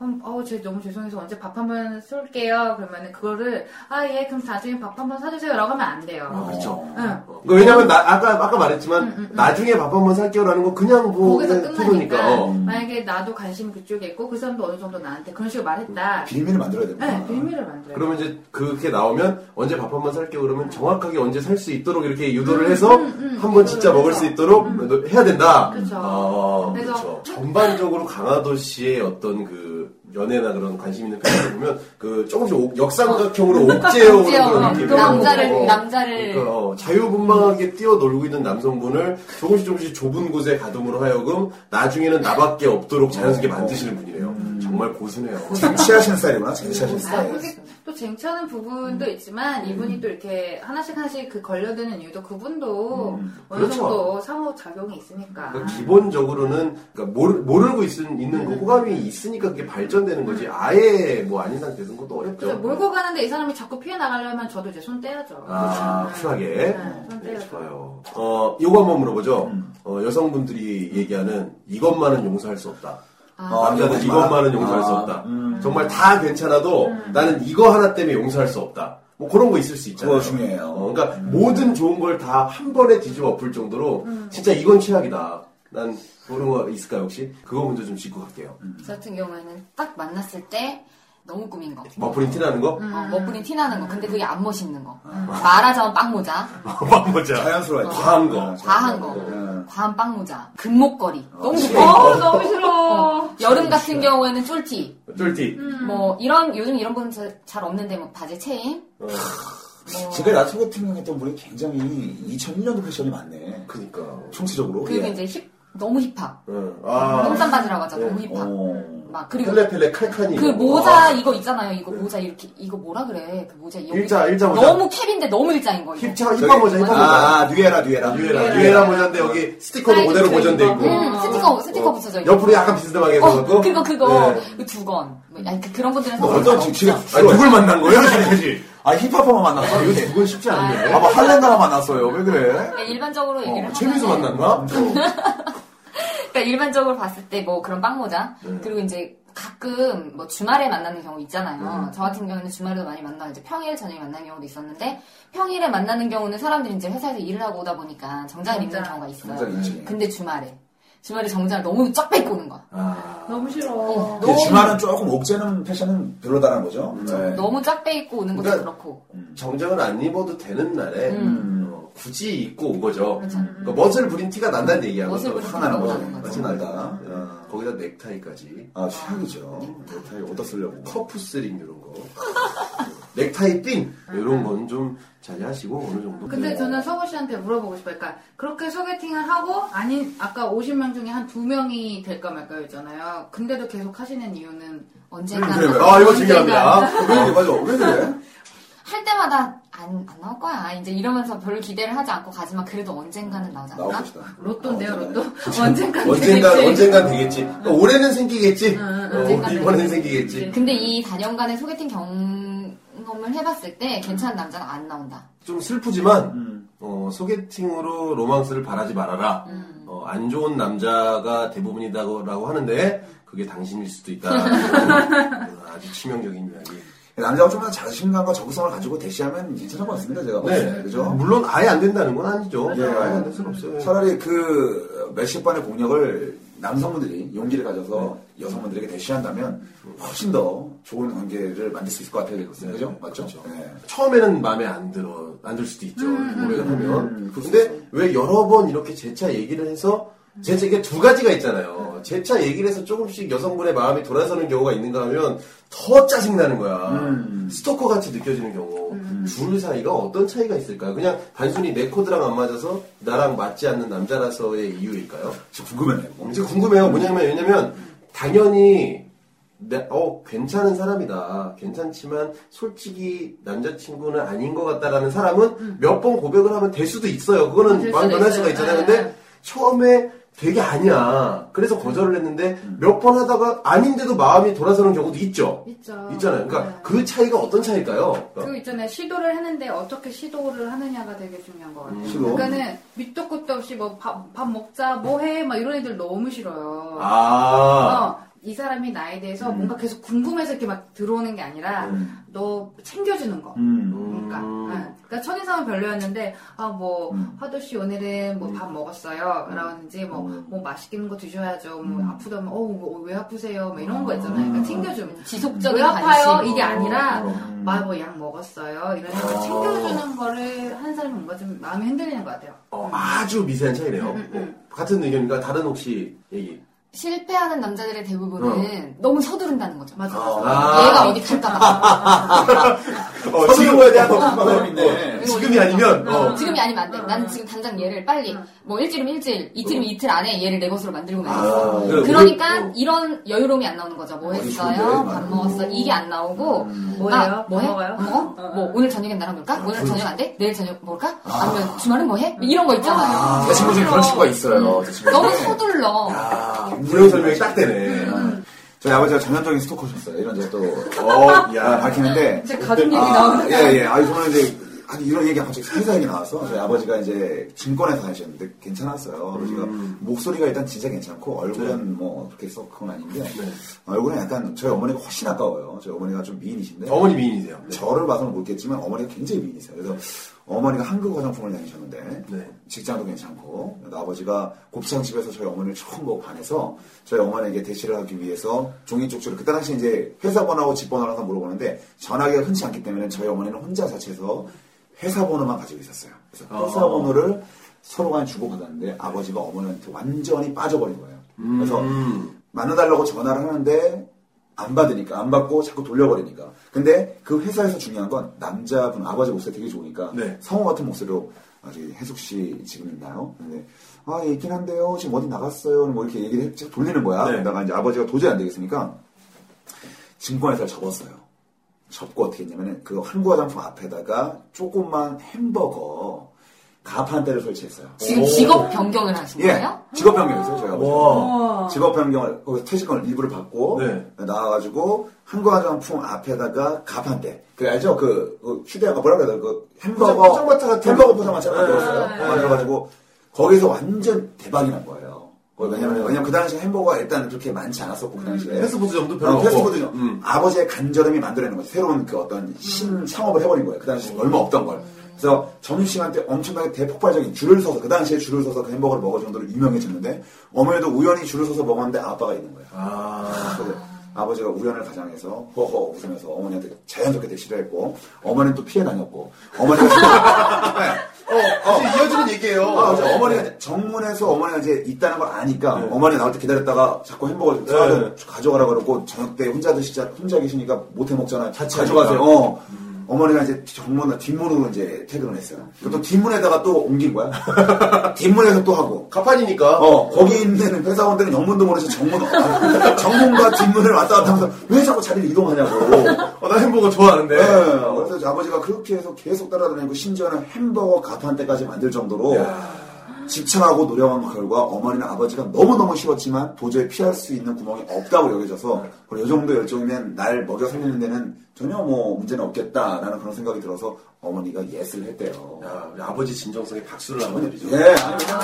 Speaker 5: 음, 어우 쟤 너무 죄송해서 언제 밥 한번 쏠게요 그러면은 그거를 아 예 그럼 나중에 밥 한번 사주세요라고 하면 안
Speaker 3: 아,
Speaker 5: 돼요
Speaker 3: 그렇죠.
Speaker 5: 응.
Speaker 3: 어, 그러니까 왜냐면 나- 아까 아까 말했지만 나중에 밥 한번 살게요라는 거 그냥 뭐
Speaker 5: 거기서
Speaker 3: 그냥
Speaker 5: 끝나니까 음.
Speaker 3: 태도니까. 어.
Speaker 5: 만약에 나도 관심 그쪽에 있고 그 사람도 어느 정도 나한테 그런 식으로 말했다
Speaker 3: 음.
Speaker 4: 비밀을 만들어야
Speaker 3: 아.
Speaker 5: 네,
Speaker 4: 됩니다.
Speaker 5: 비밀을 만들어요
Speaker 3: 그러면 이제 그렇게 나오면 언제 밥 한 번 살게요 그러면 정확하게 언제 살 수 있도록 이렇게 유도를 해서
Speaker 5: 음, 음.
Speaker 3: 한 번 진짜
Speaker 5: 유도를
Speaker 3: 먹을
Speaker 5: 해서.
Speaker 3: 수 있도록 해야 된다.
Speaker 5: 그쵸.
Speaker 3: 어, 그렇죠.
Speaker 5: 그래서
Speaker 3: 그렇죠. 전반적으로 강화도 씨의 어떤 그 연애나 그런 관심 있는 편을 보면 그 조금씩 옥- 역삼각형으로 옥죄어오는 그런
Speaker 6: 옥죄어.
Speaker 3: 느낌을
Speaker 6: 남자를,
Speaker 3: 갖고
Speaker 6: 남자를.
Speaker 3: 그러니까 어, 자유분방하게 뛰어놀고 있는 남성분을 조금씩 조금씩 좁은 곳에 가둠으로 하여금 나중에는 나밖에 없도록 자연스럽게 만드시는 분이래요. 정말 고수네요.
Speaker 4: 취하신 스타일이구나. 잘 취하신
Speaker 5: 아,
Speaker 4: 스타일.
Speaker 5: 근데 또 쟁취하는 부분도
Speaker 3: 음.
Speaker 5: 있지만 이분이 또 이렇게 하나씩 하나씩 그 걸려드는 이유도 그분도 어느
Speaker 3: 그렇죠.
Speaker 5: 정도 상호 작용이 있으니까.
Speaker 3: 그러니까 기본적으로는 그러니까 모르, 모르고 있, 있는 그 호감이 있으니까 그게 발전되는 거지 아예 뭐 아닌 상태에서는 그것도
Speaker 5: 그래서
Speaker 3: 어렵죠.
Speaker 5: 몰고 가는데 이 사람이 자꾸 피해 나가려면 저도 이제 손 떼야죠.
Speaker 3: 아, 쿨하게.
Speaker 5: 네, 손
Speaker 3: 네,
Speaker 5: 떼야죠.
Speaker 3: 좋아요. 어, 요거 한번 물어보죠.
Speaker 4: 음.
Speaker 3: 어, 여성분들이 얘기하는 이것만은 용서할 수 없다.
Speaker 4: 아,
Speaker 3: 남자는
Speaker 4: 이것만?
Speaker 3: 이것만은 용서할 수
Speaker 4: 아,
Speaker 3: 없다. 정말 다 괜찮아도
Speaker 6: 음.
Speaker 3: 나는 이거 하나 때문에 용서할 수 없다. 뭐 그런 거 있을 수 있잖아요.
Speaker 4: 그거 중요해요.
Speaker 3: 어, 그러니까 모든 좋은 걸 다 한 번에 뒤집어 엎을 정도로
Speaker 6: 음.
Speaker 3: 진짜 이건 최악이다. 난 그런 거 있을까요 혹시? 그거 먼저 좀 짚고 갈게요.
Speaker 4: 음.
Speaker 6: 저 같은 경우에는 딱 만났을 때 너무 꾸민 거.
Speaker 3: 머플인 티나는 거?
Speaker 6: 어, 멋부린 티 나는 거. 근데 그게 안 멋있는 거. 말하자면 빵모자.
Speaker 3: 한번 보자.
Speaker 4: 자연스러워요.
Speaker 3: 과한 거.
Speaker 6: 과한 거.
Speaker 4: 음.
Speaker 6: 과한 빵모자. 금목걸이. 너무 무거워.
Speaker 5: 어, 너무 싫어.
Speaker 6: 여름 같은 경우에는 쫄티.
Speaker 3: 쫄티.
Speaker 6: 뭐, 이런, 요즘 이런 분은 잘, 잘 없는데, 뭐, 바지 체인.
Speaker 3: 어,
Speaker 6: 뭐,
Speaker 4: 제가 나 소개팅 했던 분이 굉장히 2001년도 패션이 많네.
Speaker 3: 그러니까. 그니까.
Speaker 4: 총체적으로.
Speaker 6: 그리고
Speaker 4: 예.
Speaker 6: 이제 힙, 너무 힙합.
Speaker 3: 응. 아.
Speaker 6: 똥산 바지라고 하죠. 너무 힙합.
Speaker 4: 어.
Speaker 6: 막, 그리고
Speaker 3: 펠레펠레 칼칸이.
Speaker 6: 그
Speaker 3: 이거.
Speaker 6: 모자
Speaker 3: 아,
Speaker 6: 이거 있잖아요. 이거 모자 이렇게 이거 뭐라 그래? 그 모자 여기
Speaker 3: 일자, 일자 모자.
Speaker 6: 너무 캡인데 너무 일자인 거 이거.
Speaker 3: 힙차, 힙한 모자, 힙한 모자.
Speaker 4: 아, 뉴에라, 뉴에라.
Speaker 3: 유에라, 유에라 모자인데 여기 스티커도 그대로 보존돼 있고. 어,
Speaker 6: 음, 스티커 스티커 붙여져 있고.
Speaker 3: 아. 옆으로 약간 비스듬하게
Speaker 6: 어,
Speaker 3: 해서.
Speaker 6: 그거 그거
Speaker 3: 네.
Speaker 6: 그 두건. 뭐, 아니 그, 그런 분들은
Speaker 4: 뭐
Speaker 6: 상관없어.
Speaker 4: 어떤 지금 지금
Speaker 3: 아니, 누굴 만난 거예요? 지금까지?
Speaker 4: 아 힙합퍼만 만났어.
Speaker 3: 이거 누군 쉽지 않네.
Speaker 4: 아마 할랜다가 만났어요. 왜 그래?
Speaker 6: 그러니까 일반적으로 얘기를 하면
Speaker 3: 재밌어 만났나?
Speaker 4: 음.
Speaker 6: 그러니까 일반적으로 봤을 때 뭐 그런 빵모자
Speaker 3: 네.
Speaker 6: 그리고 이제 가끔 뭐 주말에 만나는 경우 있잖아요.
Speaker 3: 네.
Speaker 6: 저 같은 경우는 주말에도 많이 만나 이제 평일 저녁에 만나는 경우도 있었는데 평일에 만나는 경우는 사람들이 이제 회사에서 일을 하고 오다 보니까 정장을 입는
Speaker 5: 정장.
Speaker 6: 경우가 있어요.
Speaker 4: 정장 입지.
Speaker 6: 근데 주말에 주말에 정장을 너무 쫙 빼고 오는 거야.
Speaker 3: 아,
Speaker 5: 아. 너무 싫어.
Speaker 4: 근데 주말은 조금 옥죄는 패션은 별로다라는 거죠. 네.
Speaker 6: 음. 너무 쫙 빼입고 오는 것도
Speaker 3: 그러니까-
Speaker 6: 그렇고
Speaker 3: 정장을 안 입어도 되는 날에
Speaker 6: 음. 그렇죠.
Speaker 3: 어, 굳이 입고 온 거죠. 그러니까 멋을 부린 티가 난다는 얘기야.
Speaker 6: 멋을 부린 티가
Speaker 4: 하나는 거죠.
Speaker 6: 나는
Speaker 4: 멋이 날다.
Speaker 3: 거기다 넥타이까지.
Speaker 4: 아 최악이죠. 넥타이 어디다 쓰려고?
Speaker 3: 커프 스링 이런 거. 넥타이 핀 이런 건 좀 자제하시고 어느 정도.
Speaker 5: 근데
Speaker 3: 네.
Speaker 5: 저는 서고 씨한테 물어보고 싶어요. 그러니까 그렇게 소개팅을 하고 아닌 아까 50명 중에 한 두 명이 될까 말까 했잖아요. 근데도 계속 하시는 이유는
Speaker 6: 언젠가
Speaker 4: 그래, 그래.
Speaker 3: 아 이거 중요합니다. 어,
Speaker 4: 왜 그래? 맞아. 왜 그래?
Speaker 6: 할 때마다 안, 안 나올 거야. 이제 이러면서 별로 기대를 하지 않고 가지만 그래도 언젠가는 나오지
Speaker 4: 나올
Speaker 6: 않나?
Speaker 4: 것이다.
Speaker 5: 로또인데요,
Speaker 4: 나오잖아요.
Speaker 5: 로또. 언젠간
Speaker 3: 언젠간
Speaker 5: 되겠지.
Speaker 3: 언젠간 되겠지. 그러니까 올해는 생기겠지.
Speaker 5: 응, 네.
Speaker 3: 어,
Speaker 6: 언젠간
Speaker 3: 이번엔
Speaker 6: 되겠지.
Speaker 3: 생기겠지.
Speaker 6: 네. 근데 이 4년간의 소개팅 경험을 해봤을 때 괜찮은 남자는 안 나온다.
Speaker 3: 좀 슬프지만
Speaker 4: 음.
Speaker 3: 어, 소개팅으로 로망스를 바라지 말아라.
Speaker 5: 음.
Speaker 3: 어, 안 좋은 남자가 대부분이다라고 하는데 그게 당신일 수도 있다. 어, 아주 치명적인 이야기.
Speaker 4: 남자가 좀 더 자신감과 적성을 가지고 대시하면 괜찮을 것 같습니다. 제가 봤을 때 네, 그죠?
Speaker 3: 물론 아예 안 된다는 건 아니죠.
Speaker 4: 네.
Speaker 3: 아예 안 될 네. 음. 수는 없어요.
Speaker 4: 차라리 그 몇십 번의 공력을 남성분들이 용기를 가져서 여성분들에게 대시한다면 훨씬 더 좋은 관계를 만들 수 있을 것 같아요. 그죠? 맞죠? 네.
Speaker 3: 처음에는 마음에 안 들어 안 들 수도 있죠 노래를 하면 근데 왜 여러 번 이렇게 재차 얘기를 해서 재차 이게 두 가지가 있잖아요 재차 얘기를 해서 조금씩 여성분의 마음이 돌아서는 경우가 있는가 하면 더 짜증나는 거야 스토커 같이 느껴지는 경우 둘 사이가 어떤 차이가 있을까 그냥 단순히 내 코드랑 안 맞아서 나랑 맞지 않는 남자라서의 이유일까요?
Speaker 4: 저 궁금하네요.
Speaker 3: 이제 궁금해요. 뭐냐면, 왜냐면, 당연히, 내- 어, 괜찮은 사람이다. 괜찮지만, 솔직히, 남자친구는 아닌 것 같다라는 사람은 몇 번 고백을 하면 될 수도 있어요. 그거는
Speaker 5: 음. 될
Speaker 3: 마음
Speaker 5: 수도
Speaker 3: 변할
Speaker 5: 있어요.
Speaker 3: 수가 있잖아요.
Speaker 5: 네.
Speaker 3: 근데, 처음에 되게 아니야. 그래서
Speaker 5: 음.
Speaker 3: 거절을 했는데, 몇 번 하다가 아닌데도 마음이 돌아서는 경우도 있죠.
Speaker 5: 있죠.
Speaker 3: 있잖아요. 그러니까,
Speaker 5: 네.
Speaker 3: 그 차이가 어떤 차이일까요? 그러니까
Speaker 5: 그거 있잖아요. 시도를 했는데 어떻게 시도를 하느냐가 되게 중요한 것 같아요.
Speaker 4: 시도.
Speaker 5: 그러니까는 밑도 끝도 없이 뭐 밥 밥 먹자, 뭐 해, 막 이런 애들 너무 싫어요.
Speaker 3: 아,
Speaker 5: 어, 이 사람이 나에 대해서 뭔가 계속 궁금해서 이렇게 막 들어오는 게 아니라 너 챙겨주는 거.
Speaker 4: 음.
Speaker 5: 그러니까
Speaker 3: 음.
Speaker 5: 네. 그러니까 첫인상은 별로였는데 아 뭐 화도 씨 오늘은 뭐 밥 먹었어요. 라든지 뭐 뭐 맛있는 거 드셔야죠. 뭐 아프다면 어왜 아프세요? 뭐 이런 거 있잖아요. 그러니까 챙겨주면
Speaker 6: 지속적인
Speaker 5: 왜 아파요?
Speaker 6: 관심.
Speaker 5: 이게 아니라
Speaker 4: 음.
Speaker 5: 마 뭐 약 먹었어요. 이런 식으로
Speaker 4: 어.
Speaker 5: 챙겨주는 거를 한 사람이 뭔가 좀 마음이 흔들리는 것 같아요.
Speaker 3: 어, 아주 미세한
Speaker 5: 음,
Speaker 3: 차이네요. 어, 같은 의견인가 다른 혹시 얘기?
Speaker 6: 실패하는 남자들의 대부분은
Speaker 3: 어.
Speaker 6: 너무 서두른다는 거죠.
Speaker 5: 맞아
Speaker 4: 어.
Speaker 5: 맞아.
Speaker 3: 아,
Speaker 6: 얘가 어디 갈까
Speaker 4: 어, 지금 해야 돼. 마음인데.
Speaker 3: 어, 뭐 지금이 아니면 어.
Speaker 6: 봐. 지금이 아니면 안 돼. 나는 지금 당장 얘를 빨리
Speaker 5: 어.
Speaker 6: 뭐 일주일이면 일주일, 이틀이면 이틀 안에 얘를 내 것으로 만들고 나갔어.
Speaker 4: 아,
Speaker 3: 그래,
Speaker 6: 그러니까
Speaker 3: 어. 우리- 아, 그렇죠.
Speaker 6: 이런 여유로움이 안 나오는 거죠. 뭐
Speaker 4: 어디
Speaker 3: 네,
Speaker 6: 했어요?
Speaker 4: 좋은데?
Speaker 6: 밥 먹었어? 이게 안 나오고
Speaker 5: 음. 뭐예요?
Speaker 6: 뭐 해?
Speaker 5: 밥 먹어요?
Speaker 6: 뭐?
Speaker 5: 어, 어.
Speaker 6: 뭐 오늘 저녁엔 나랑
Speaker 3: 아,
Speaker 6: 놀까? 오늘 저녁 안 돼? 내일 저녁 먹을까? 아니면 주말은 뭐 해? 이런 거 있잖아요.
Speaker 4: 아, 제 친구 중에 그런 친구가 있어요. 제 친구
Speaker 6: 너무
Speaker 4: 중에.
Speaker 6: 서둘러.
Speaker 4: 아,
Speaker 3: 무용 설명이 딱 되네.
Speaker 4: 저희 아버지가 전형적인 스토커셨어요. 이런 제가 또
Speaker 3: 어,
Speaker 4: 아,
Speaker 3: 야,
Speaker 4: 밝히는데
Speaker 5: 이제 가족 얘기
Speaker 4: 아,
Speaker 5: 나오는
Speaker 4: 예, 예. 아니, 저는 이제, 아니, 이런 얘기가 갑자기 회사 얘기 나와서 저희 아버지가 이제 증권회사 하셨는데 괜찮았어요. 아버지가
Speaker 3: 음.
Speaker 4: 목소리가 일단 진짜 괜찮고
Speaker 3: 네.
Speaker 4: 얼굴은 뭐 그렇게 썩 그건 아닌데 얼굴은 약간 저희 어머니가 훨씬 아까워요. 저희 어머니가 좀 미인이신데
Speaker 3: 어머니 미인이세요.
Speaker 4: 저를 봐서는 모르겠지만 어머니가 굉장히 미인이세요. 그래서 어머니가 한국 화장품을 다니셨는데
Speaker 3: 네.
Speaker 4: 직장도 괜찮고 그래서 아버지가 곱창집에서 저희 어머니를 처음 보고 반해서 저희 어머니에게 대시를 하기 위해서 종이 쪽지를 그때 당시 이제 회사 번호하고 집 번호를 항상 물어보는데 전화기가 흔치 않기 때문에 저희 어머니는 혼자 자체에서 회사 번호만 가지고 있었어요. 그래서 회사
Speaker 3: 어.
Speaker 4: 번호를 서로 간에 주고받았는데 아버지가 어머니한테 완전히 빠져버린 거예요. 그래서
Speaker 3: 음.
Speaker 4: 만나달라고 전화를 하는데 안 받으니까 안 받고 자꾸 돌려버리니까 근데 그 회사에서 중요한 건 남자분 아버지 목소리 되게 좋으니까
Speaker 3: 네.
Speaker 4: 성우 같은 목소리로 아, 저기 혜숙 씨 지금 있나요? 근데 아 예, 있긴 한데요 지금 어디 나갔어요 뭐 이렇게 얘기를 해- 자꾸 돌리는 거야
Speaker 3: 네.
Speaker 4: 그러다가 이제 아버지가 도저히 안 되겠으니까 증권회사를 접었어요 접고 어떻게 했냐면은 그 한국 화장품 앞에다가 조그만 햄버거 가판대를 설치했어요
Speaker 6: 지금 직업 변경을 하신
Speaker 4: 예,
Speaker 6: 거예요?
Speaker 4: 직업 변경했어요 저희 아버지
Speaker 3: 와.
Speaker 4: 직업 변경을 거기서 퇴직금을 일부를 받고
Speaker 3: 네.
Speaker 4: 나와가지고 한국 화장품 앞에다가 가판대 그 알죠 그, 그 휴대가 뭐라 그래야 되나 그 햄버거
Speaker 3: 포장- 포장마차 같은
Speaker 4: 햄버거
Speaker 3: 거.
Speaker 4: 포장마차
Speaker 3: 네.
Speaker 4: 만들었어요
Speaker 3: 네.
Speaker 4: 만들어가지고 거기서 완전 대박이 난 거예요 거기 왜냐면 왜냐면 그 당시에 햄버거가 일단 그렇게 많지 않았었고 그 당시에
Speaker 3: 패스푸드 정도 별로
Speaker 4: 어,
Speaker 3: 없고.
Speaker 4: 패스트푸드
Speaker 3: 음.
Speaker 4: 아버지의 간절함이 만들어낸 거죠. 새로운 그 어떤 신 창업을 해버린 거예요. 그 당시 얼마 없던 걸. 그래서 점심시간 때 엄청나게 대폭발적인 줄을 서서 그 당시에 줄을 서서 그 햄버거를 먹을 정도로 유명해졌는데 어머니도 우연히 줄을 서서 먹었는데 아빠가 있는 거예요.
Speaker 3: 아,
Speaker 4: 그래서 아버지가 우연을 가장해서 허허 웃으면서 어머니한테 자연스럽게 대시를 했고 어머니는 또 피해 다녔고 어머니가
Speaker 3: 어, 어. 이어지는 얘기예요.
Speaker 4: 아, 그래서 어머니가 이제 정문에서 어머니가 이제 있다는 걸 아니까
Speaker 3: 네.
Speaker 4: 어머니 나올 때 기다렸다가 자꾸 햄버거 좀 사서
Speaker 3: 네.
Speaker 4: 가져가라 그러고 저녁 때 혼자 드시자 혼자 계시니까 못해 먹잖아요.
Speaker 3: 자취하니까. 음.
Speaker 4: 가져가세요. 어. 어머니가 이제 정문 뒷문으로 이제 퇴근을 했어요. 그리고 또 뒷문에다가 또 옮긴 거야. 뒷문에서 또 하고.
Speaker 3: 가판이니까.
Speaker 4: 어, 거기 있는 회사원들은 영문도 모르지 정문, 아, 정문과 뒷문을 왔다 갔다 하면서 왜 자꾸 자리를 이동하냐고.
Speaker 3: 어, 나 햄버거 좋아하는데.
Speaker 4: 네. 그래서 아버지가 그렇게 해서 계속 따라다니고 심지어는 햄버거 가판대까지 만들 정도로 집착하고 노력한 결과 어머니는 아버지가 너무너무 쉬웠지만 도저히 피할 수 있는 구멍이 없다고 여겨져서 그래, 이 정도 열정이면 날 먹여 살리는 데는 전혀 뭐 문제는 없겠다라는 그런 생각이 들어서 어머니가 예스를 했대요.
Speaker 3: 야, 우리 아버지 진정성에 박수를 한번
Speaker 4: 어머니,
Speaker 3: 드리죠.
Speaker 4: 예, 아니, 왜냐면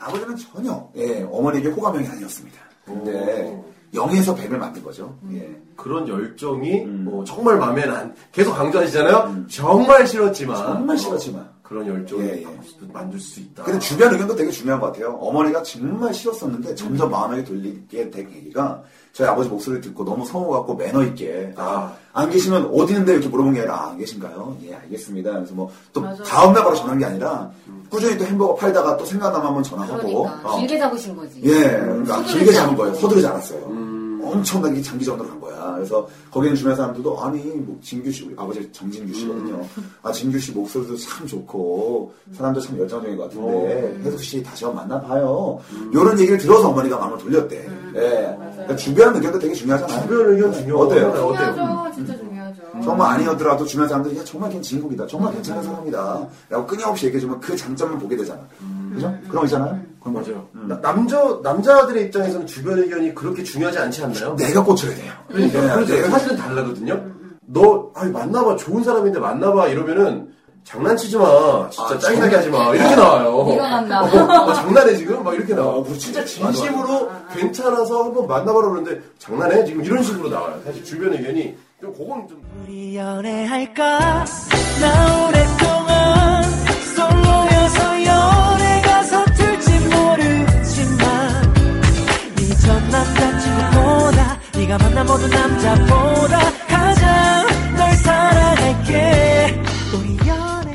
Speaker 4: 아버지는 전혀 예, 어머니에게 호감형이 아니었습니다. 근데
Speaker 3: 오. 음.
Speaker 4: 0에서 100을 만든 거죠. 예.
Speaker 3: 그런 열정이
Speaker 4: 음.
Speaker 3: 어, 정말 마음에 안 계속 강조하시잖아요. 정말 싫었지만
Speaker 4: 정말 싫었지만.
Speaker 3: 어, 그런 열정을
Speaker 4: 예, 예.
Speaker 3: 만들 수 있다.
Speaker 4: 근데 주변 의견도 되게 중요한 것 같아요. 어머니가 정말 싫었었는데 점점 마음에 돌리게 된 계기가 저희 아버지 목소리를 듣고 너무 성우 같고 매너 있게 아, 안 계시면 어디 있는데 이렇게 물어본 게 아니라 아, 안 계신가요? 예 알겠습니다. 그래서 뭐 또
Speaker 5: 맞아요.
Speaker 4: 다음날 바로 전화한 게 아니라 꾸준히 또 햄버거 팔다가 또 생각나면 한번 전화하고
Speaker 6: 그러니까
Speaker 4: 어.
Speaker 6: 길게 잡으신 거지.
Speaker 4: 예 그러니까
Speaker 6: 서두르지
Speaker 4: 길게 잡은
Speaker 6: 않고.
Speaker 4: 거예요. 서두르지 않았어요.
Speaker 3: 음.
Speaker 4: 엄청나게 장기전으로 간 거야. 그래서 거기는 주변 사람들도 아니 뭐 진규 씨 우리 아버지 정진규 씨거든요.
Speaker 3: 음.
Speaker 4: 아 진규 씨 목소리도 참 좋고 사람도 참 열정적인 것 같은데 혜숙 씨 다시 한번 만나봐요.
Speaker 3: 음.
Speaker 4: 이런 얘기를 들어서 어머니가 마음을 돌렸대. 예. 그러니까 주변 의견도 되게 중요하잖아요.
Speaker 3: 주변 의견 중요하고
Speaker 4: 어때요?
Speaker 5: 중요하죠, 진짜 중요하죠.
Speaker 3: 음.
Speaker 4: 정말 아니었더라도 주변 사람들이 야 정말 걔 진국이다 정말 괜찮은 사람이다 라고 끊임없이 얘기해주면 그 장점을 보게 되잖아
Speaker 3: 음.
Speaker 4: 그죠? 그런 거잖아요
Speaker 6: 음.
Speaker 4: 그런 거죠
Speaker 3: 맞아요. 나- 남자 남자들의 입장에서는 주변 의견이 그렇게 중요하지 않지 않나요?
Speaker 4: 내가 꽂혀야 돼요
Speaker 3: 그러니까
Speaker 4: 네, 음,
Speaker 3: 그렇죠.
Speaker 4: 내가
Speaker 3: 사실은 달라거든요. 너 아니 만나봐 좋은 사람인데 만나봐 이러면은 장난치지 마 진짜
Speaker 4: 아,
Speaker 3: 짜증나게 하지 마 이렇게 나와요.
Speaker 6: 네가 만나.
Speaker 3: 어, 어, 장난해 지금 막 이렇게 나와.
Speaker 4: 어, 그렇지. 아,
Speaker 3: 진짜 진심으로 괜찮아서 한번 만나봐라 그러는데 장난해 지금 이런 식으로 나와요. 사실 주변 의견이 좀 그건 좀
Speaker 7: 우리 연애할까 나 오랫동안 솔로여서 연애가 서툴지 모르지만 네 전 남자친구보다 네가 만난 모든 남자보다 가장 널 사랑할게 우리 연애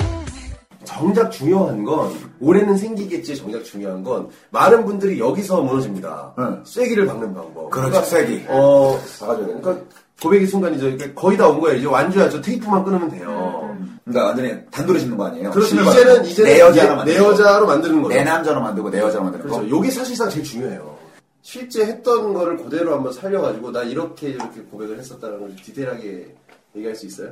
Speaker 3: 정작 중요한 건 올해는 생기겠지 정작 중요한 건 많은 분들이 여기서 무너집니다.
Speaker 4: 응.
Speaker 3: 쐐기를 박는 방법.
Speaker 4: 그렇죠, 쐐기.
Speaker 3: 어,
Speaker 4: 박아줘야 되는
Speaker 3: 그러니까 고백의 순간이죠. 그러니까 거의 다 온 거예요. 이제 완주야. 저 테이프만 끊으면 돼요.
Speaker 4: 그러니까 완전히 단도리 짓는 거 아니에요?
Speaker 3: 그렇죠.
Speaker 4: 신을
Speaker 3: 이제는
Speaker 4: 받아서.
Speaker 3: 이제는
Speaker 4: 내 여자로
Speaker 3: 내
Speaker 4: 만들고
Speaker 3: 여자로 만드는 거죠.
Speaker 4: 내 남자로 만들고 내 여자로 만드는
Speaker 3: 그렇죠.
Speaker 4: 거.
Speaker 3: 요게 사실상 제일 중요해요. 실제 했던 거를 그대로 한번 살려가지고 나 이렇게 이렇게 고백을 했었다는 걸 디테일하게 얘기할 수 있어요?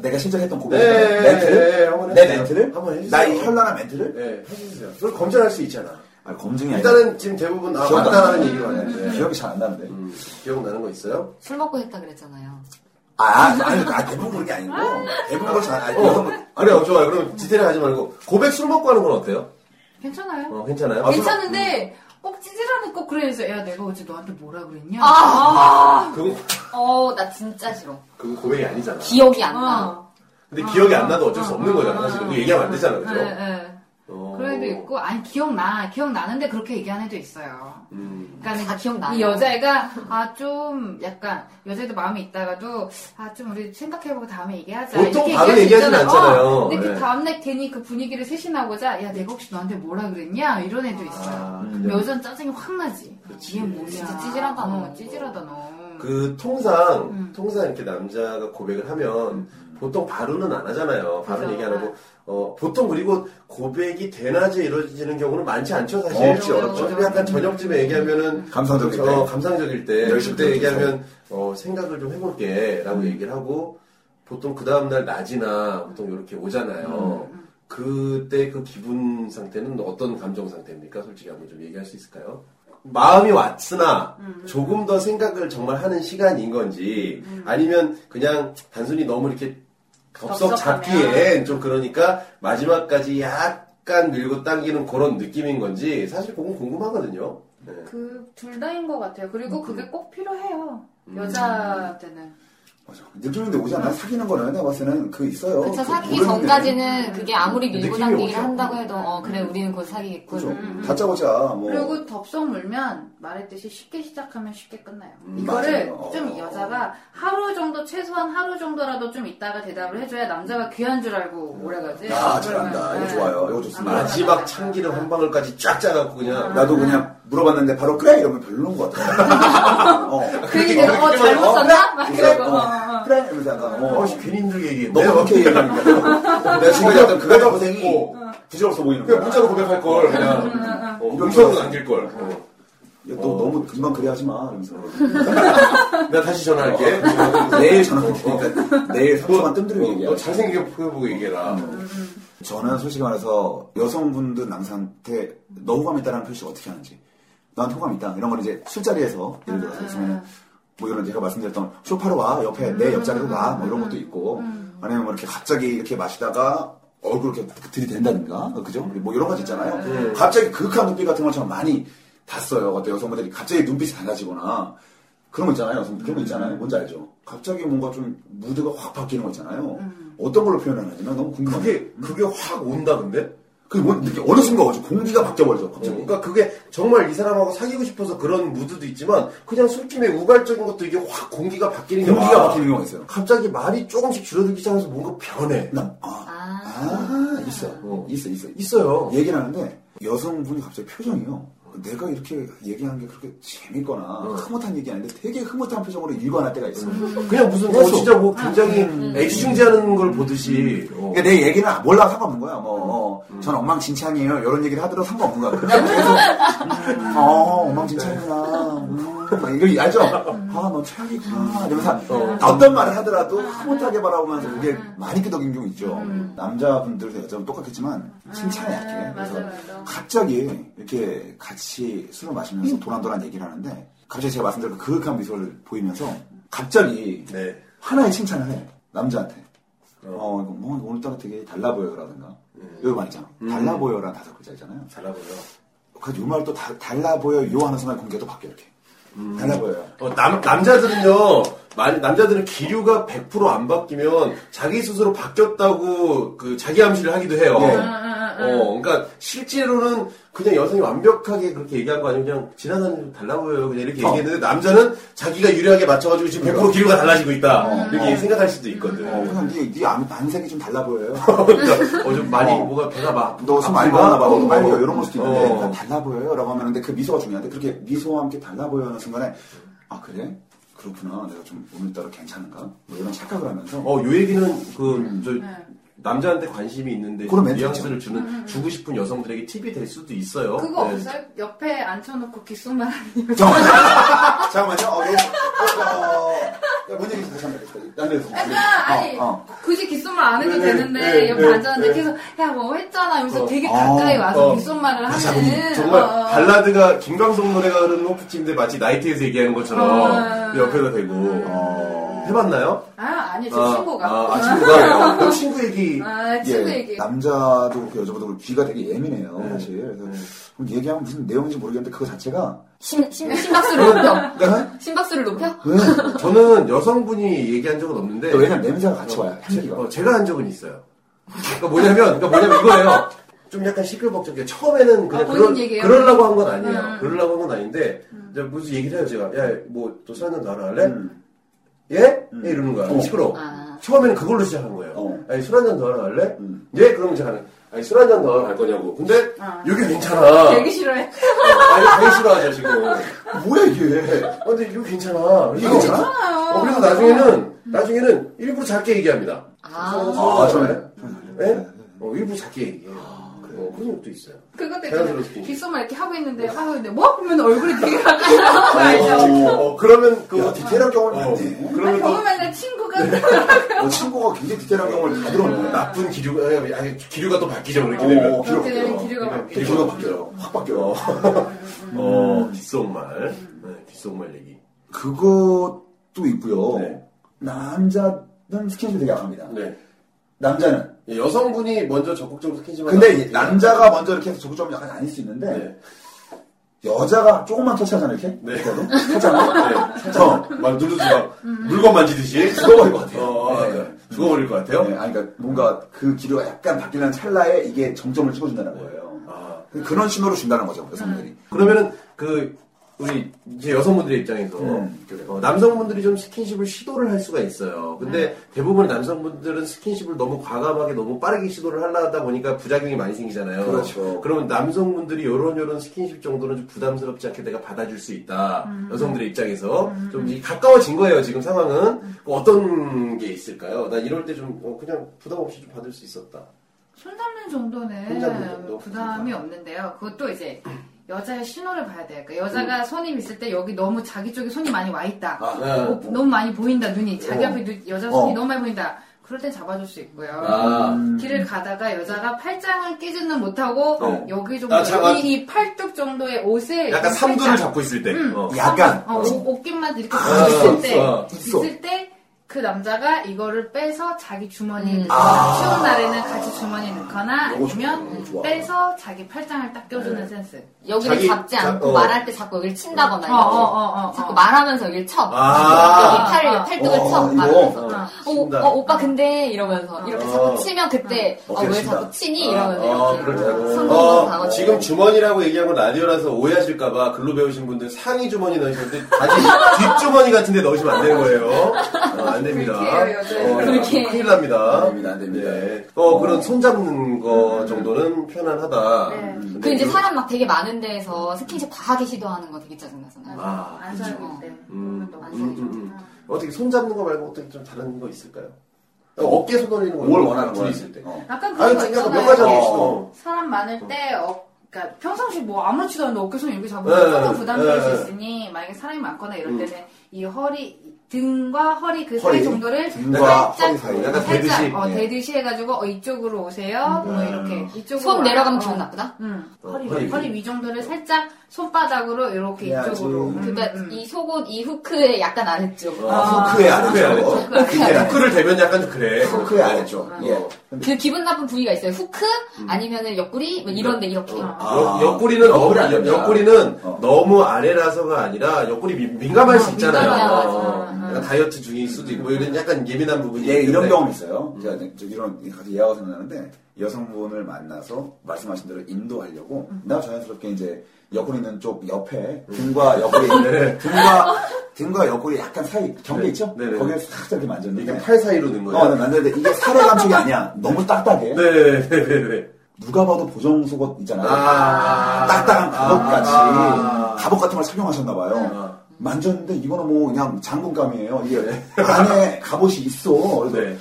Speaker 4: 내가 실전했던 고백
Speaker 3: 네, 네, 네,
Speaker 4: 멘트,
Speaker 3: 한번
Speaker 4: 내
Speaker 3: 해주세요.
Speaker 4: 멘트를,
Speaker 3: 한번 해주세요.
Speaker 4: 나의 현란한 멘트를
Speaker 3: 네, 해주세요. 그걸 검증할 수 있잖아.
Speaker 4: 아, 검증이 아니라
Speaker 3: 일단은 지금 대부분 아
Speaker 4: 기억도 안
Speaker 3: 맞다라는
Speaker 4: 나요.
Speaker 3: 얘기가
Speaker 4: 네,
Speaker 3: 많아요.
Speaker 4: 기억이 잘 안 나는데.
Speaker 3: 음, 기억나는 거 있어요?
Speaker 6: 술 먹고 했다 그랬잖아요.
Speaker 4: 아, 아, 아니, 아, 대부분 그런 게 아니고 대부분 그렇지 않아.
Speaker 3: 어, 그래요, 좋아요. 그럼 디테일하지 말고 고백 술 먹고 하는 건 어때요?
Speaker 5: 괜찮아요.
Speaker 3: 어, 괜찮아요?
Speaker 5: 괜찮은데 꼭 찌질하는 꼭 그래서 야 내가 어제 너한테 뭐라 그랬냐?
Speaker 6: 아,
Speaker 3: 그건
Speaker 6: 어, 나 진짜 싫어.
Speaker 3: 그건 고백이 아니잖아.
Speaker 6: 기억이 안 나.
Speaker 5: 어.
Speaker 3: 근데 기억이 안 나도 어쩔 수 없는 거잖아.
Speaker 5: 어,
Speaker 3: 사실
Speaker 5: 어,
Speaker 3: 그 얘기하면 안 되잖아,
Speaker 5: 네,
Speaker 3: 그죠?
Speaker 5: 네.
Speaker 3: 어.
Speaker 5: 그런 애도 있고 아니 기억나 기억나는데 그렇게 얘기하는 애도 있어요.
Speaker 3: 음.
Speaker 5: 그러니까
Speaker 6: 다 기억나요.
Speaker 5: 이 여자애가 아 좀 약간 여자애도 마음이 있다가도 아 좀 우리 생각해보고 다음에 얘기하자.
Speaker 3: 보통
Speaker 5: 이렇게
Speaker 3: 바로
Speaker 5: 얘기할 수
Speaker 3: 얘기하진
Speaker 5: 있잖아.
Speaker 3: 않잖아요.
Speaker 5: 어, 근데 그
Speaker 3: 네.
Speaker 5: 다음날 괜히 그 분위기를 셋이나고자 야 내가 혹시 너한테 뭐라 그랬냐 이런 애도 있어요.
Speaker 3: 아,
Speaker 5: 그럼 여자는 짜증이 확 나지.
Speaker 3: 그치.
Speaker 5: 이게 뭐냐.
Speaker 6: 진짜 찌질하다, 너.
Speaker 5: 어, 찌질하다 너.
Speaker 3: 그 통상
Speaker 5: 음.
Speaker 3: 통상 이렇게 남자가 고백을 하면 보통 바로는 안 하잖아요. 바로 는
Speaker 5: 그죠. 네.
Speaker 3: 얘기 안 하고 어, 보통 그리고 고백이 대낮에 이루어지는 경우는 많지 않죠 사실.
Speaker 4: 없죠, 음.
Speaker 5: 없죠. 그렇죠.
Speaker 3: 좀 약간 저녁쯤에 얘기하면은
Speaker 4: 감성적일 때.
Speaker 3: 어, 감상적일 때.
Speaker 4: 열심히 음.
Speaker 3: 그때
Speaker 4: 들어주죠.
Speaker 3: 얘기하면 어, 생각을 좀 해볼게라고 얘기를 하고 보통 그 다음 날 낮이나 보통 이렇게
Speaker 5: 음,
Speaker 3: 오잖아요. 그때 그 기분 상태는 어떤 감정 상태입니까? 솔직히 한번 좀 얘기할 수 있을까요? 마음이 음. 왔으나 조금 더 생각을 정말 하는 시간인 건지 아니면 그냥 단순히 너무 이렇게 덥석 잡기엔 좀 그러니까 마지막까지 약간 밀고 당기는 그런 느낌인 건지 사실 그건 궁금하거든요. 네.
Speaker 5: 그 둘 다인 것 같아요. 그리고
Speaker 4: 음.
Speaker 5: 그게 꼭 필요해요. 여자 때는.
Speaker 4: 맞아. 늦었는데 오지 않나? 사귀는 거는 내가 봤을 때는 그 있어요.
Speaker 6: 그쵸,
Speaker 4: 그
Speaker 6: 사귀기
Speaker 4: 모르는
Speaker 6: 전까지는 그게 아무리 밀고
Speaker 3: 느낌이
Speaker 6: 당기기를
Speaker 3: 오죠.
Speaker 6: 한다고 해도, 어, 그래, 우리는 곧 사귀겠군.
Speaker 4: 그죠. 다짜고짜 뭐.
Speaker 5: 그리고 덥석 물면 말했듯이 쉽게 시작하면 쉽게 끝나요.
Speaker 3: 음,
Speaker 5: 이거를
Speaker 4: 맞아요.
Speaker 5: 좀
Speaker 4: 어.
Speaker 5: 여자가 하루 정도 최소한 하루 정도라도 좀 있다가 대답을 해줘야 남자가 귀한 줄 알고 오래
Speaker 4: 야
Speaker 5: 가지.
Speaker 4: 음. 아, 잘한다. 이거
Speaker 5: 네.
Speaker 4: 좋아요. 이거 좋습니다.
Speaker 5: 아,
Speaker 3: 마지막 참기름 한 방울까지 쫙 짜갖고 그냥
Speaker 4: 나도 그냥 물어봤는데 바로 그래 이러면 별로인 것 같아. 어.
Speaker 5: 괜히 내가 어
Speaker 4: 어,
Speaker 5: 잘못 썼나? 막
Speaker 4: 그래,
Speaker 5: 이러고.
Speaker 4: 어, 그래 이러면서 약간 어,
Speaker 3: 어, 씨, 괜히 힘들게 얘기해.
Speaker 4: 너무 그렇게 얘기하니까 내가 지금 약간 그거 다 고생이
Speaker 3: 어.
Speaker 4: 부질없어 보이는
Speaker 3: 그냥
Speaker 4: 거야.
Speaker 3: 문자로 고백할 걸 그냥 어, 음성으로 남길 걸. 어.
Speaker 4: 야, 너 너무 금방 그래 하지 마 이러면서
Speaker 3: 내가 다시 전화할게.
Speaker 4: 내일 어, 전화할 테니까 내일 3초간 뜸들여
Speaker 3: 어, 너
Speaker 4: 얘기해. 음.
Speaker 3: 잘생기게 보고 얘기해라.
Speaker 4: 저는 솔직히 말해서 여성분들 남성한테 너 호감 있다라는 표시 어떻게 하는지 난 호감 있다 이런 걸 이제 술자리에서 예를 들어서 있으면 뭐 이런 제가 말씀드렸던 쇼파로 와 옆에 내 옆자리로 와뭐 이런 것도 있고 아니면 뭐 이렇게 갑자기 이렇게 마시다가 얼굴 이렇게 들이댄다든가 그죠 뭐 이런 가지 있잖아요
Speaker 3: 네.
Speaker 4: 갑자기 극한 눈빛 같은 걸 저는 많이 봤어요 어떤 여성분들이 갑자기 눈빛이 달라지거나 그런 거 있잖아요 여성분들 그런 거 있잖아요 뭔지 알죠 갑자기 뭔가 좀 무드가 확 바뀌는 거 있잖아요 어떤 걸로 표현하는지 난 너무 궁금해요
Speaker 3: 그게 그게 확 온다 근데.
Speaker 4: 그게 뭔 느낌 어느 순간 오죠 공기가 바뀌어버리죠 갑자기
Speaker 3: 그러니까 그게 정말 이 사람하고 사귀고 싶어서 그런 무드도 있지만 그냥 술김에 우발적인 것도 이게 확 공기가 바뀌는 게
Speaker 4: 공기가
Speaker 3: 와.
Speaker 4: 바뀌는 경우가 있어요
Speaker 3: 갑자기 말이 조금씩 줄어들기 시작해서 뭔가 변해.
Speaker 4: 난, 아, 아, 있어
Speaker 3: 어.
Speaker 4: 있어 있어 있어
Speaker 3: 있어요.
Speaker 4: 얘기를 하는데 여성분이 갑자기 표정이요 내가 이렇게 얘기하는 게 그렇게 재밌거나 흐뭇한 얘기 아닌데 되게 흐뭇한 표정으로 일관할 때가 있어
Speaker 3: 그냥 무슨 뭐
Speaker 4: 계속.
Speaker 3: 진짜 뭐 굉장히 애지중지하는 걸 보듯이. 어.
Speaker 4: 그러니까 내 얘기는 몰라 상관없는 거야 뭐
Speaker 5: 음.
Speaker 4: 어, 저는 엉망진창이에요 이런 얘기를 하더라도 상관없는 거야 그냥 계속 음, 어 엉망진창이구나 음, 막 이거 알죠? 아너 뭐
Speaker 5: 음.
Speaker 4: 최악이구나 이러면서 어떤 말을 하더라도 흐뭇하게 바라보면서 그게
Speaker 5: 음.
Speaker 4: 많이 끄덕인 경우 있죠 남자분들도 여자분 똑같겠지만 칭찬에 약해 그래서
Speaker 5: 음. 맞아, 맞아.
Speaker 4: 갑자기 이렇게 같이 술을
Speaker 5: 음.
Speaker 4: 마시면서 도란도란 얘기를 하는데 갑자기 제가 말씀드린 그 그윽한 미소를 보이면서 갑자기
Speaker 3: 네.
Speaker 4: 하나의 칭찬을 해 남자한테 어, 이거 뭐 오늘따라 되게 달라 보여라든가
Speaker 3: 예.
Speaker 4: 이거 말이잖아
Speaker 3: 음.
Speaker 4: 달라 보여라 다섯 글자잖아요
Speaker 3: 잘하고요.
Speaker 4: 그요 말도
Speaker 3: 음.
Speaker 4: 달라 보여 요 하는 순간 공기가 또 바뀌어 이렇게 달라 보여요
Speaker 3: 어, 남, 남자들은요, 말, 남자들은 기류가 100%안 바뀌면 자기 스스로 바뀌었다고 그 자기 암시를 하기도 해요.
Speaker 4: 네.
Speaker 3: 어, 그러니까 실제로는 그냥 여성이 완벽하게 그렇게 얘기한 거 아니면 그냥 지나다니는 좀 달라 보여요. 그냥 이렇게
Speaker 4: 어.
Speaker 3: 얘기했는데 남자는 자기가 유리하게 맞춰가지고 지금 100%
Speaker 4: 그러니까.
Speaker 3: 기류가 달라지고 있다. 이렇게
Speaker 4: 어.
Speaker 3: 생각할 수도 있거든.
Speaker 4: 어, 그냥 네, 네 안- 안색이 좀 달라 보여요.
Speaker 3: 그러니까 어, 좀 많이
Speaker 4: 어.
Speaker 3: 뭐가 배가 막.
Speaker 4: 너숨 많이
Speaker 3: 아프다?
Speaker 4: 먹었나 봐. 너도 말이
Speaker 3: 어.
Speaker 4: 이런 걸 수도 있는데
Speaker 3: 어.
Speaker 4: 일단 달라 보여요. 라고 하면 근데 그 미소가 중요한데 그렇게 미소와 함께 달라 보여하는 순간에 아 그래? 그렇구나. 내가 좀 오늘따라 괜찮은가? 뭐 이런 착각을 하면서
Speaker 3: 어, 요 얘기는 그,
Speaker 5: 음.
Speaker 3: 저,
Speaker 5: 네.
Speaker 3: 남자한테 관심이 있는데
Speaker 4: 그런 멘트죠.
Speaker 3: 뉘앙스를 주는 주고 싶은 여성들에게 팁이 될 수도 있어요.
Speaker 5: 음, 그거
Speaker 3: 네.
Speaker 5: 없어요? 옆에 앉혀놓고 기수만 하는
Speaker 4: 어,
Speaker 5: 이유.
Speaker 4: 잠깐만요. 어, 너, 어, 야, 뭔 얘기인지 다시 한번 해주세요. 딴 데서.
Speaker 5: 아, 아니
Speaker 4: 어, 어.
Speaker 5: 굳이 귓속말 안 해도
Speaker 3: 네,
Speaker 5: 되는데
Speaker 3: 네,
Speaker 5: 옆에
Speaker 3: 네,
Speaker 5: 앉았는데
Speaker 3: 네.
Speaker 5: 계속 야 뭐 했잖아 이러면서
Speaker 3: 어.
Speaker 5: 되게
Speaker 4: 어. 아,
Speaker 5: 가까이 와서
Speaker 3: 어.
Speaker 5: 귓속말을 하는
Speaker 3: 참, 정말
Speaker 5: 어.
Speaker 3: 발라드가 김광석 노래가 흐르는 호프집인데 마치 나이트에서 얘기하는 것처럼
Speaker 5: 어.
Speaker 3: 옆에다 대고 어, 해봤나요?
Speaker 5: 아 아니요 제
Speaker 4: 어,
Speaker 5: 친구가
Speaker 3: 아, 아, 친구가 그럼 친구 얘기
Speaker 5: 아, 친구
Speaker 4: 예,
Speaker 5: 얘기
Speaker 4: 남자도 그렇고 여자도 그렇고 귀가 되게 예민해요, 사실. 그래서 그럼 얘기하면 무슨 내용인지 모르겠는데 그거 자체가
Speaker 6: 심, 심, 심박수를 높여.
Speaker 4: 내가
Speaker 6: 심박수를 높여?
Speaker 3: 그러니까 저는 여성분이 얘기한 적은 없는데
Speaker 4: 왜냐면 냄새가 같이 와요.
Speaker 3: 어, 제,
Speaker 4: 향기가.
Speaker 3: 가한 적은 있어요. 그러니까 뭐냐면, 그러니까 뭐냐면 이거예요. 좀 약간 시끌벅적해요. 처음에는 그냥
Speaker 5: 아,
Speaker 3: 그런,
Speaker 5: 본인 얘기예요?
Speaker 3: 그러려고 한 건 아니에요.
Speaker 5: 음.
Speaker 3: 그러려고 한 건 아닌데, 이제 무슨 얘기를 해요, 제가. 야, 뭐, 또 사는 나랑 할래?
Speaker 4: 음.
Speaker 3: 예?
Speaker 4: 음.
Speaker 3: 예, 이러는 거야.
Speaker 4: 어.
Speaker 3: 시끄러워.
Speaker 6: 아.
Speaker 3: 처음에는 그걸로 시작한 거예요.
Speaker 4: 어.
Speaker 3: 아니, 술 한잔 더 하러 갈래?
Speaker 4: 음.
Speaker 3: 예? 그러면 제가, 아니, 술 한잔 더 하러 갈 거냐고. 근데,
Speaker 5: 아.
Speaker 3: 여기 괜찮아.
Speaker 5: 되게 싫어해
Speaker 3: 아니, 되게 싫어하죠, 지금.
Speaker 4: 뭐야 이게?
Speaker 3: 아, 근데 이거 괜찮아. 이거
Speaker 4: 괜찮아?
Speaker 3: 어, 그래서 나중에는, 나중에는 일부러 작게 얘기합니다.
Speaker 6: 아.
Speaker 4: 아,
Speaker 3: 정말?
Speaker 4: 정말?
Speaker 3: 예? 어, 일부러 작게 얘기해요. 어, 그런 것도 있어요.
Speaker 5: 그것도
Speaker 3: 자연스럽게.
Speaker 5: 있잖아요 귓속말 이렇게 하고 있는데 아 근데 뭐? 그러면 얼굴이 되게 가까이 나오는 거 알죠?
Speaker 3: 어, 그러면 그,
Speaker 4: 야, 디테일한 경험을
Speaker 3: 어,
Speaker 4: 봤네.
Speaker 5: 아, 아니
Speaker 3: 그러면 또
Speaker 5: 경험에는 친구가
Speaker 4: 어, 친구가 굉장히 디테일한 경험을 다 들었네. 나.
Speaker 3: 나쁜 기류가, 아니, 아니, 기류가 또 바뀌죠, 그렇게
Speaker 4: 어,
Speaker 3: 되면. 네,
Speaker 4: 기류가
Speaker 5: 그렇게 되면 기류가
Speaker 3: 그냥
Speaker 5: 바뀌죠.
Speaker 4: 기류가 바뀌어요. 확 바뀌어요.
Speaker 3: 어, 뒷속말. 네, 뒷속말 얘기.
Speaker 4: 그것도 있고요.
Speaker 3: 네.
Speaker 4: 남자는 스킨십 되게 약합니다.
Speaker 3: 네.
Speaker 4: 남자는.
Speaker 3: 예, 여성분이 먼저 적극적으로 스킨십을
Speaker 4: 근데
Speaker 3: 하는
Speaker 4: 이 남자가 먼저 이렇게 해서 적극적으로 약간 아닐 수 있는데
Speaker 3: 네.
Speaker 4: 여자가 조금만 터치하잖아 이렇게.
Speaker 3: 네.
Speaker 4: 그거도? 살짝만.
Speaker 3: 어, 막 눌러서 막 물건 만지듯이 죽어버릴 것
Speaker 4: 같아요.
Speaker 3: 어, 어,
Speaker 4: 네.
Speaker 3: 네. 죽어버릴 것 같아요.
Speaker 4: 네, 아니, 그러니까 뭔가 그 기류가 약간 바뀌는 찰나에 이게 정점을 찍어준다는 거예요.
Speaker 3: 아,
Speaker 4: 그런 신호를 준다는 거죠, 여성들이.
Speaker 3: 그러면은 그 우리 이제 여성분들의 입장에서
Speaker 4: 음.
Speaker 3: 어, 남성분들이 좀 스킨십을 시도를 할 수가 있어요. 근데
Speaker 4: 네.
Speaker 3: 대부분 남성분들은 스킨십을 너무 과감하게 너무 빠르게 시도를 하려 하다 보니까 부작용이 많이 생기잖아요.
Speaker 4: 그렇죠.
Speaker 3: 그러면 남성분들이 요런 요런 스킨십 정도는 좀 부담스럽지 않게 내가 받아줄 수 있다. 여성들의 입장에서 좀 이- 가까워진 거예요. 지금 상황은 뭐 어떤 게 있을까요? 나 이럴 때 좀 어, 그냥 부담 없이 좀 받을 수 있었다.
Speaker 5: 손 잡는 정도는
Speaker 3: 손 잡는 정도?
Speaker 5: 부담이 없는데요. 그것도 이제 여자의 신호를 봐야 돼요. 그러니까 여자가 손이 있을 때 여기 너무 자기 쪽에 손이 많이 와 있다.
Speaker 4: 아,
Speaker 3: 네.
Speaker 5: 어, 너무 많이 보인다 눈이 자기 앞에 눈- 여자
Speaker 4: 어.
Speaker 5: 손이 너무 많이 보인다. 그럴 땐 잡아줄 수 있고요.
Speaker 3: 아.
Speaker 5: 길을 가다가 여자가 팔짱을 끼지는 못하고
Speaker 3: 어.
Speaker 5: 여기
Speaker 3: 아,
Speaker 5: 정도
Speaker 3: 잠깐.
Speaker 5: 이, 이 팔뚝 정도의 옷에
Speaker 3: 약간
Speaker 5: 이
Speaker 3: 삼두를
Speaker 5: 팔짱,
Speaker 3: 잡고 있을 때. 어.
Speaker 4: 약간.
Speaker 5: 어, 옷- 옷깃만 이렇게
Speaker 3: 아,
Speaker 5: 있을 때
Speaker 3: 어,
Speaker 4: 있어.
Speaker 5: 있을 때 그 남자가 이거를 빼서 자기 주머니에
Speaker 6: 음.
Speaker 5: 넣거나
Speaker 3: 아.
Speaker 5: 추운 날에는 같이 주머니에 넣거나
Speaker 4: 요거 좋아,
Speaker 5: 아니면
Speaker 4: 요거 좋아.
Speaker 5: 빼서 자기 팔짱을 딱 껴주는
Speaker 3: 네.
Speaker 5: 센스.
Speaker 6: 여기를
Speaker 3: 자기-
Speaker 6: 잡지
Speaker 3: 자-
Speaker 6: 않고
Speaker 3: 어.
Speaker 6: 말할 때 자꾸 여기를 친다거나
Speaker 5: 어, 어,
Speaker 6: 이렇게
Speaker 5: 어, 어,
Speaker 6: 자꾸
Speaker 5: 어.
Speaker 6: 말하면서 여기를 쳐.
Speaker 3: 아.
Speaker 6: 여기 팔, 팔뚝을
Speaker 4: 어,
Speaker 6: 쳐.
Speaker 4: 이거.
Speaker 6: 말하면서.
Speaker 3: 어,
Speaker 6: 어,
Speaker 3: 친다.
Speaker 6: 어, 오빠 근데 이러면서 이렇게
Speaker 3: 어.
Speaker 6: 자꾸 치면 그때
Speaker 4: 어,
Speaker 6: 어, 왜
Speaker 4: 친다.
Speaker 6: 자꾸 치니?
Speaker 3: 아,
Speaker 6: 이러면서
Speaker 3: 아,
Speaker 6: 이렇게
Speaker 3: 그렇죠.
Speaker 6: 성공도
Speaker 3: 어,
Speaker 6: 당하고
Speaker 3: 지금 주머니라고 얘기한 건 라디오라서 오해하실까봐 글로 배우신 분들 상의 주머니 넣으시는데 다시 뒷주머니 같은 데 넣으시면 안 되는 거예요. 어, 안 됩니다.
Speaker 5: 불쾌해요, 여자애들.
Speaker 3: 어,
Speaker 6: 불쾌해.
Speaker 3: 큰일 납니다.
Speaker 4: 안 됩니다, 어, 안 됩니다.
Speaker 3: 네. 어, 그런 손 잡는 거 정도는 편안하다.
Speaker 5: 네.
Speaker 3: 근데
Speaker 6: 그 이제
Speaker 3: 그-
Speaker 6: 사람 막 되게 많은 데에서 스킨십 과하게 시도하는 거 되게
Speaker 5: 음.
Speaker 6: 짜증나잖아요.
Speaker 3: 아,
Speaker 5: 안 살고 있대.
Speaker 3: 음,
Speaker 5: 너무
Speaker 3: 음,
Speaker 5: 안
Speaker 3: 음,
Speaker 5: 살죠.
Speaker 3: 음. 어떻게 손 잡는 거 말고 어떻게 좀 다른 거 있을까요? 어깨 손 올리는 거.
Speaker 4: 뭘 원하는 거야?
Speaker 3: 있을 때.
Speaker 4: 어.
Speaker 5: 약간
Speaker 3: 아니,
Speaker 5: 그런 거
Speaker 3: 그러니까 몇
Speaker 5: 있잖아요.
Speaker 3: 가지 안
Speaker 4: 어.
Speaker 3: 있어.
Speaker 5: 사람 많을 때, 어, 그러니까 평상시 뭐 아무렇지도 않은데 어깨 손 이렇게 잡으면
Speaker 3: 네,
Speaker 5: 조금 부담될
Speaker 3: 네,
Speaker 5: 수
Speaker 3: 네.
Speaker 5: 있으니 만약에 사람이 많거나 이럴 때는 이 허리 등과 허리 그
Speaker 4: 허리,
Speaker 5: 사이 정도를
Speaker 4: 등과 허리 사이.
Speaker 3: 약간
Speaker 5: 살짝
Speaker 3: 대듯이.
Speaker 5: 어,
Speaker 4: 예.
Speaker 5: 대듯이 해가지고 어, 이쪽으로 오세요. 뭐 이렇게 이쪽으로
Speaker 6: 손 내려가면
Speaker 5: 와-
Speaker 6: 기분
Speaker 5: 어.
Speaker 6: 나쁘다?
Speaker 5: 음.
Speaker 3: 어,
Speaker 5: 허리,
Speaker 3: 허리.
Speaker 5: 위, 허리 위 정도를 살짝 손바닥으로 이렇게
Speaker 4: 해야지.
Speaker 5: 이쪽으로. 음,
Speaker 6: 그러니까
Speaker 5: 음.
Speaker 6: 이 속옷 이 후크의 약간 아래쪽.
Speaker 4: 아, 후크에
Speaker 3: 후크에
Speaker 4: 아래죠.
Speaker 3: 아래죠. 후크를 대면 약간 그래.
Speaker 4: 후크에 아래죠.
Speaker 3: 어.
Speaker 4: 예.
Speaker 5: 음.
Speaker 4: 근데
Speaker 6: 그 기분 나쁜 부위가 있어요. 후크 아니면은 옆구리 뭐 이런데 이렇게.
Speaker 5: 어.
Speaker 4: 아,
Speaker 3: 옆- 옆구리는
Speaker 4: 옆구리
Speaker 3: 너무
Speaker 4: 안 됩니다.
Speaker 3: 옆, 구리는
Speaker 4: 어.
Speaker 3: 너무 아래라서가 아니라 옆구리 민, 감할수 있잖아요.
Speaker 5: 맞아,
Speaker 3: 있잖아요.
Speaker 5: 맞아.
Speaker 3: 어,
Speaker 5: 음.
Speaker 3: 약간 다이어트 중일 수도 있고 뭐 이런 약간 예민한 부분이
Speaker 4: 예, 이런
Speaker 3: 있는데.
Speaker 4: 경험
Speaker 3: 음.
Speaker 4: 있어요. 제가 저 이런 갑자기 예화가 생각나는데 여성분을 만나서 말씀하신 대로 인도하려고 나 자연스럽게 이제 옆구리 있는 쪽 옆에
Speaker 3: 음.
Speaker 4: 등과 옆구리 있는 등과 등과 옆구리 약간 사이 경계
Speaker 3: 네.
Speaker 4: 있죠?
Speaker 3: 네, 네.
Speaker 4: 거기에 싹 이렇게 만졌는데
Speaker 3: 이게 팔 사이로 넣은 거예요.
Speaker 4: 어, 네, 만졌는데 이게 살의 감촉이 아니야.
Speaker 3: 네.
Speaker 4: 너무 딱딱해.
Speaker 3: 네네네네.
Speaker 4: 누가 봐도 보정 속옷 있잖아요.
Speaker 3: 아.
Speaker 4: 딱딱한 갑옷같이
Speaker 3: 아. 네.
Speaker 4: 갑옷 같은 걸 착용하셨나 봐요. 만졌는데 이거는 뭐 그냥 장군감이에요. 이게 안에 갑옷이 있어. 그래서
Speaker 3: 네.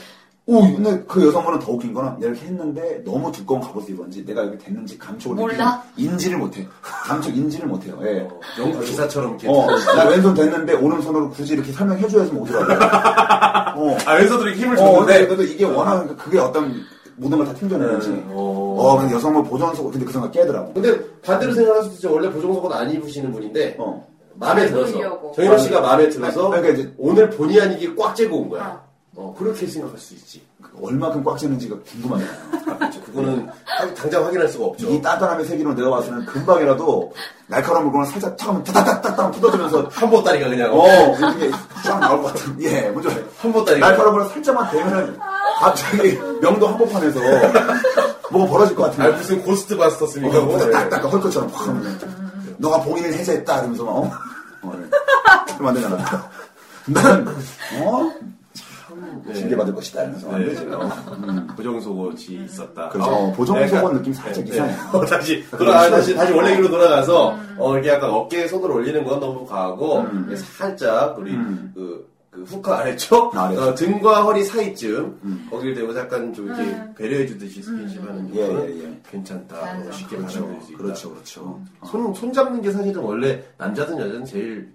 Speaker 4: 오, 근데 그 여성분은 더 웃긴 거는 내가 이렇게 했는데 너무 두꺼운 갑옷을 입었는지 내가 여기 됐는지 감촉을
Speaker 6: 몰라?
Speaker 4: 느끼- 인지를 못해. 감촉 인지를 못해요. 예.
Speaker 3: 어, 영국 기사처럼 이렇게.
Speaker 4: 어, 나 왼손 됐는데 오른손으로 굳이 이렇게 설명해줘야지 오더라고요. 어.
Speaker 3: 아, 왼손으로 이렇게 힘을
Speaker 4: 어, 근데
Speaker 3: 줬는데.
Speaker 4: 그래도 이게 워낙 그게 어떤 모든 걸 다 튕겨내는지.
Speaker 3: 네. 어.
Speaker 4: 어, 근데 여성분 보존하고 근데 그 생각 깨더라고.
Speaker 3: 근데 반대로 생각하셨을 때 원래 보정석은 안 입으시는 분인데
Speaker 4: 음. 어.
Speaker 3: 마음에 들어서
Speaker 5: 보이려고.
Speaker 3: 정현우 씨가 마음에 들어서
Speaker 4: 아니, 그러니까 이제-
Speaker 3: 오늘 본의 아니게 꽉 재고 온 거야. 어, 그렇게 생각할 수 있지.
Speaker 4: 그 얼마큼 꽉 채는지가 그 궁금하네요.
Speaker 3: 그렇죠. 그거는 딱 당장 확인할 수가 없죠.
Speaker 4: 이 따뜻함의 세계로 내가 봐서는 금방이라도 날카로운 물건을 살짝 탁하면 따닥따닥 뜯어주면서
Speaker 3: 한 보따리가 그냥
Speaker 4: 어, 이게 쫙 나올 것 같은. 예, 먼저
Speaker 3: 한 보따리가
Speaker 4: 날카로운 살짝만 대면은 갑자기 명도 한복판에서 뭐가 벌어질 것
Speaker 3: 아
Speaker 4: 같은데.
Speaker 3: 무슨 고스트 바스터스입니까? 뭐.
Speaker 4: 어,
Speaker 3: 그거?
Speaker 4: 딱딱 헐것처럼 확
Speaker 3: 음.
Speaker 4: 하면 너가 봉인을 해제했다 이러면서 막 어? 어, 네. 그러면 안 되잖아. 난 어?
Speaker 3: 네.
Speaker 4: 뭐 징계받을 것이다 이러면서 안 되지.
Speaker 3: 네, 어, 보정속옷이 있었다.
Speaker 4: 그렇죠. 어, 보정속옷
Speaker 3: 약간,
Speaker 4: 느낌 살짝
Speaker 3: 네,
Speaker 4: 이상해요.
Speaker 3: 네. 어, 다시, 돌아, 다시, 다시 원래기로 돌아가서, 어, 이렇게 약간 어깨에 손을 올리는 건 너무 과하고, 이렇게 살짝, 우리, 그, 그 후카 아래쪽? 음.
Speaker 4: 아, 아래쪽.
Speaker 3: 어, 등과 허리 사이쯤, 거기를 대고 약간 좀 이렇게 배려해주듯이 스킨십 하는
Speaker 4: 예,
Speaker 3: 거는
Speaker 4: 예, 예.
Speaker 3: 음. 괜찮다.
Speaker 5: 자연스럽게.
Speaker 3: 뭐 쉽게
Speaker 4: 그렇죠,
Speaker 3: 받아들일 수 있다. 음.
Speaker 4: 그렇죠, 그렇죠.
Speaker 3: 손, 손 잡는 게 사실은 원래 남자든 여자든 제일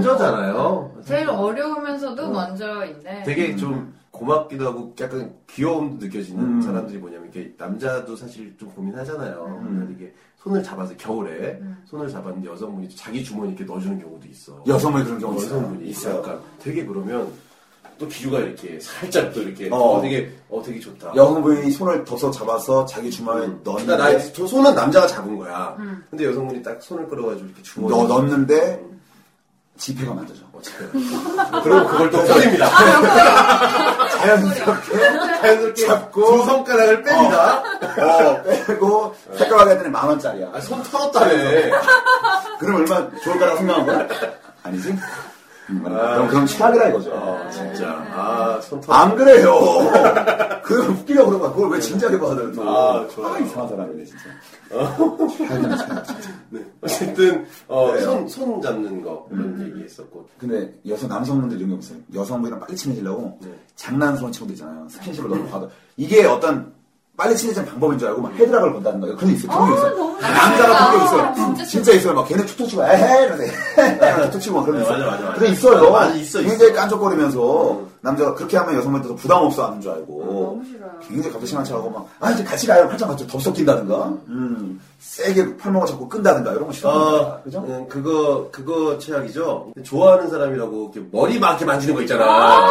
Speaker 3: 먼저잖아요.
Speaker 5: 제일 어려우면서도 먼저인데.
Speaker 3: 되게 좀 고맙기도 하고 약간 귀여움도 느껴지는
Speaker 4: 음.
Speaker 3: 사람들이 뭐냐면 이렇게 남자도 사실 좀 고민하잖아요.
Speaker 4: 음.
Speaker 3: 근데 이게 손을 잡아서 겨울에 손을 잡았는데 여성분이 자기 주머니 이렇게 넣어주는 경우도 있어.
Speaker 4: 여성분이 그런 경우 있어요.
Speaker 3: 여성분이 있어. 약간 되게 그러면 또 기류가 이렇게 살짝 또 이렇게
Speaker 4: 어.
Speaker 3: 어, 되게 어 되게 좋다.
Speaker 4: 여성분이 손을 덥석 잡아서 자기 주머니에
Speaker 3: 그러니까 나
Speaker 4: 넣었는데,
Speaker 3: 저 손은 남자가 잡은 거야. 근데 여성분이 딱 손을 끌어가지고 이렇게 주머니
Speaker 4: 넣, 넣었는데 지폐가 만져져.
Speaker 3: 뭐 그리고 그걸 또 꺼냅니다. 아,
Speaker 4: 자연스럽게
Speaker 3: 자연스럽게
Speaker 4: 잡고.
Speaker 3: 두 손가락을 뺍니다.
Speaker 4: 어, 빼고 색깔하게 했더니 만 원짜리야.
Speaker 3: 네. 아, 손 털었다며.
Speaker 4: 그럼 얼마 좋을까라고 생각한 거야? 아니지? 음, 그럼 그럼 최악이라 이거죠.
Speaker 3: 아, 진짜. 아, 손 털었다.
Speaker 4: 안 그래요. 그걸 웃기려고 그런 거야. 그걸 왜 진지하게 받아들여?
Speaker 3: 아, 좋아요.
Speaker 4: 이상한 사람이네, 진짜.
Speaker 3: 네. 어쨌든 어,
Speaker 4: 네.
Speaker 3: 손, 손 잡는 거 그런 얘기했었고
Speaker 4: 근데 여성 남성분들 이런 게 없어요. 여성분이랑 빨리 친해지려고
Speaker 3: 네.
Speaker 4: 장난스러운 친구들 있잖아요. 스킨십을 너무 받아. 이게 어떤 빨리 친해지는 방법인 줄 알고 막 헤드락을 건다든가 그런 게 있어요.
Speaker 5: 아,
Speaker 4: 그런 게 있어요. 아, 남자랑 그런 게 있어요. 진짜, 있어요. 막 걔네 툭툭 치고 에헤 이러면서 툭툭 치고 막 그런 게
Speaker 3: 네,
Speaker 4: 있어요.
Speaker 3: 맞아, 맞아, 맞아.
Speaker 4: 그게 있어요.
Speaker 3: 많이 있어, 음. 있어.
Speaker 4: 굉장히 깐족거리면서 남자가 그렇게 하면 여성분들도 부담 없어 하는 줄 알고
Speaker 5: 아, 너무 싫어요.
Speaker 4: 굉장히 갑자기 심한 척하고 막 아 이제 같이 가요. 팔짱 같이 덥석 낀다든가 음, 세게 팔목을 잡고 끈다든가 이런 거 싫어합니다.
Speaker 3: 어,
Speaker 4: 그죠?
Speaker 3: 음, 그거 그거 최악이죠 좋아하는 사람이라고 이렇게 머리 막 이렇게 만지는 거 있잖아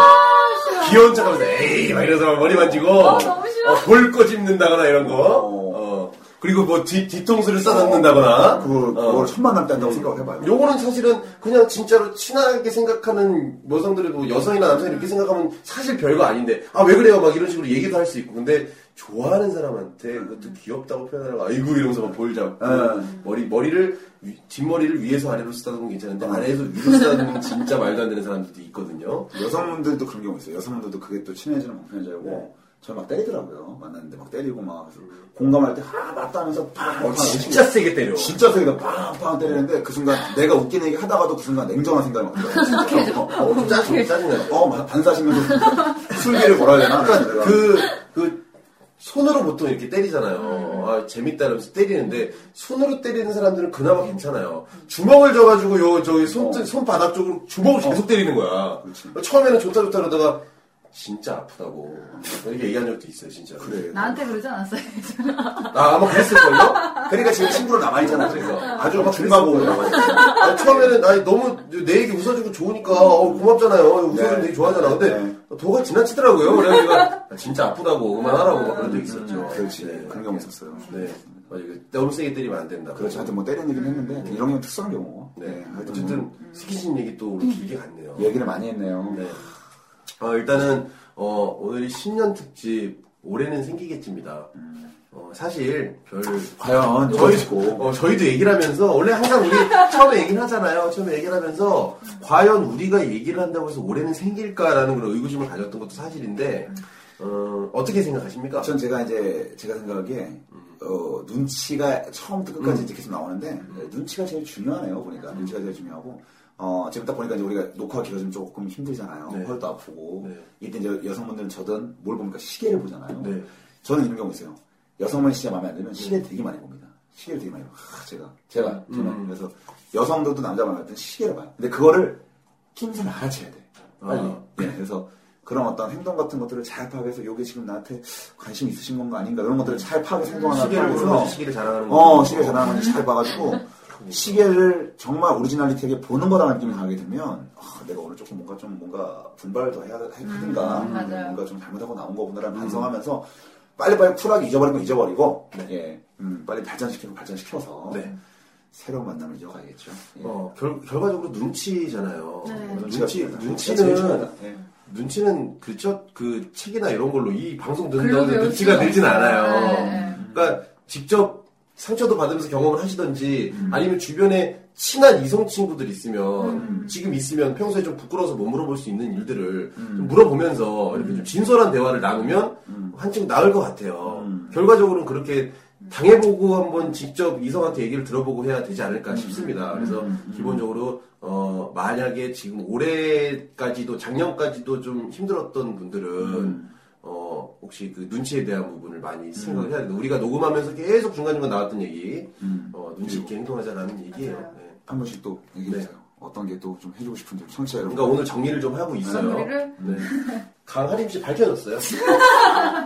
Speaker 3: 귀여운 척하면서 에이 막 이러면서 막 머리 만지고
Speaker 5: 너무 싫어.
Speaker 3: 어, 볼거 짚는다거나 이런 거 어. 그리고 뭐 뒤, 뒤통수를 싸잡는다거나
Speaker 4: 아, 그걸, 그걸 첫 만날 때 한다고
Speaker 3: 예.
Speaker 4: 생각을 해봐요.
Speaker 3: 요거는 사실은 그냥 진짜로 친하게 생각하는 여성들도 여성이나 남성이 이렇게 생각하면 사실 별거 아닌데 아 왜 그래요 막 이런 식으로 얘기도 할 수 있고 근데 좋아하는 사람한테 그것도 귀엽다고 표현하라고 아이고 이러면서 막 볼 잡고
Speaker 4: 음.
Speaker 3: 머리 머리를 위- 뒷머리를 위에서 아래로 쓰다듬으면 괜찮은데 아래에서 위로 쓰다듬으면 진짜 말도 안 되는 사람들도 있거든요.
Speaker 4: 여성분들도 그런 경우 있어요. 여성분들도 그게 또 친해지는 방편이자고
Speaker 3: 네.
Speaker 4: 저를 막 때리더라고요. 만났는데 막 때리고 막 그래서 공감할 때 하, 맞다 하면서 팡!
Speaker 3: 어,
Speaker 4: 팡!
Speaker 3: 진짜
Speaker 4: 치고
Speaker 3: 세게 때려.
Speaker 4: 아, 진짜 세게 팡팡 때리는데 그 순간 내가 웃기는 얘기 하다가도 그 순간 냉정한 생각이 막 들어요. 어,
Speaker 3: 어, 좀 짜증 짜증나.
Speaker 4: 어, 막 반사시면서 술기를 걸어야 되나? 내가.
Speaker 3: 그, 그, 손으로 보통 이렇게 때리잖아요.
Speaker 4: 음.
Speaker 3: 아, 재밌다 이러면서 때리는데, 손으로 때리는 사람들은 그나마 괜찮아요. 주먹을 져가지고, 요, 저기 손,
Speaker 4: 어.
Speaker 3: 손바닥 쪽으로 주먹을 계속 때리는 거야.
Speaker 4: 그렇지.
Speaker 3: 처음에는 좋다 좋다 그러다가, 진짜 아프다고. 이렇게 얘기한 적도 있어요, 진짜.
Speaker 4: 그래.
Speaker 5: 나한테 그러지 않았어요.
Speaker 3: 아, 아마 그랬을걸요?
Speaker 4: 그러니까 지금 친구로 남아있잖아,
Speaker 3: 그래서.
Speaker 4: 제가. 아주 막 중마고.
Speaker 3: 아, 처음에는, 아니, 너무, 내 얘기 웃어주고 좋으니까, 어, 고맙잖아요. 웃어주면
Speaker 4: 네.
Speaker 3: 되게 좋아하잖아. 근데, 도가 지나치더라고요. 그래서 내가, 아, 진짜 아프다고, 그만하라고, 막 그런 적 있었죠.
Speaker 4: 음, 그렇지.
Speaker 3: 네.
Speaker 4: 그런 경우 있었어요.
Speaker 3: 네. 맞아요. 너무 세게 때리면 안 된다.
Speaker 4: 그렇죠. 뭐 그렇지. 하여튼 뭐 때리는 얘기는 했는데 이런 경우 특수한 경우.
Speaker 3: 네.
Speaker 4: 하여튼 뭐
Speaker 3: 어쨌든
Speaker 4: 음.
Speaker 3: 스키십 얘기 또 오늘 길게 갔네요.
Speaker 4: 얘기를 많이 했네요.
Speaker 3: 네. 어, 일단은 어, 오늘이 신년 특집 올해는 생기겠지입니다. 어, 사실 별
Speaker 4: 과연
Speaker 3: 저희도 어, 저희도 얘기를 하면서 원래 항상 우리 처음에 얘기를 하잖아요. 처음에 얘기를 하면서 과연 우리가 얘기를 한다고 해서 올해는 생길까라는 그런 의구심을 가졌던 것도 사실인데 어, 어떻게 생각하십니까?
Speaker 4: 전 제가 이제 제가 생각하기에 어, 눈치가 처음부터 끝까지 이제 계속 나오는데
Speaker 3: 음.
Speaker 4: 네, 눈치가 제일 중요하네요 보니까 눈치가 제일 중요하고 어, 지금 딱 보니까 이제 우리가 녹화 길어지면 조금 힘들잖아요
Speaker 3: 네.
Speaker 4: 허리도 아프고
Speaker 3: 네.
Speaker 4: 이때 이제 여성분들은 저든 뭘 봅니까 시계를 보잖아요
Speaker 3: 네.
Speaker 4: 저는 이런 경우 있어요 여성분 시계 마음에 안 들면 시계를 되게 많이 봅니다 시계를 되게 많이 봐요 아, 제가 제가 저는
Speaker 3: 음.
Speaker 4: 그래서 여성들도 남자만 같은 시계를 봐요 근데 그거를 낌새를 알아채야 돼 빨리
Speaker 3: 아.
Speaker 4: 예, 그래서 그런 어떤 행동 같은 것들을 잘 파악해서 이게 지금 나한테 관심 있으신 건가 아닌가 이런 것들을 잘 파악해서 행동하는
Speaker 3: 음. 시계를 보면서 시계를 자랑하는
Speaker 4: 어,
Speaker 3: 거죠.
Speaker 4: 시계 자랑하는지 잘 봐가지고 시계를 정말 오리지널리티하게 보는 거라는 느낌이 강하게 들면 아, 내가 오늘 조금 뭔가 좀 뭔가 분발을 더 해야 하든가
Speaker 5: 음, 맞아요.
Speaker 4: 뭔가 좀 잘못하고 나온 거구나라는 반성하면서 빨리빨리 쿨하게 잊어버리고 잊어버리고 예, 음, 빨리 발전시키고 발전시켜서
Speaker 3: 네.
Speaker 4: 새로운 만남을 이어가야겠죠 예.
Speaker 3: 어, 결, 결과적으로 눈치잖아요.
Speaker 5: 네.
Speaker 3: 눈치,
Speaker 4: 중요하다. 제일
Speaker 3: 눈치는
Speaker 4: 중요하다. 예.
Speaker 3: 눈치는 글자 그 책이나 이런 걸로 이 방송
Speaker 5: 글로
Speaker 3: 듣는다고
Speaker 5: 배울
Speaker 3: 눈치가
Speaker 5: 수가
Speaker 3: 늘진
Speaker 5: 없어요.
Speaker 3: 않아요.
Speaker 5: 네, 네.
Speaker 3: 그러니까 직접 상처도 받으면서 경험을 하시던지 아니면 주변에 친한 이성 친구들 있으면 지금 있으면 평소에 좀 부끄러워서 못 물어볼 수 있는 일들을 좀 물어보면서 이렇게 좀 진솔한 대화를 나누면 한층 나을 것 같아요. 결과적으로는 그렇게 당해보고 한번 직접 이성한테 얘기를 들어보고 해야 되지 않을까 싶습니다. 그래서 기본적으로 어, 만약에 지금 올해까지도 작년까지도 좀 힘들었던 분들은 어, 혹시 그 눈치에 대한 부분을 많이 생각을 해야 된다. 우리가 녹음하면서 계속 중간중간 나왔던 얘기,
Speaker 4: 음.
Speaker 3: 어, 눈치 있게 행동하자라는 얘기예요.
Speaker 5: 맞아요.
Speaker 3: 네.
Speaker 4: 한 번씩 또 얘기해주세요. 어떤 게 또 좀 해주고 싶은지 청취자 여러분.
Speaker 3: 그러니까 오늘 정리를 좀 하고 있어요.
Speaker 5: 정리를?
Speaker 3: 네. 강하림 씨 밝혀졌어요.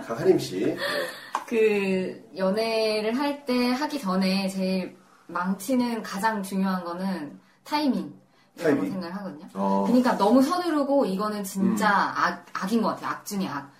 Speaker 3: 강하림 씨. 네.
Speaker 6: 그 연애를 할 때 하기 전에 제일 망치는 가장 중요한 거는 타이밍이라고
Speaker 4: 타이밍.
Speaker 6: 생각을 하거든요.
Speaker 3: 어,
Speaker 6: 그러니까 너무 서두르고 이거는 진짜 악, 악인 것 같아요. 악 중에 악.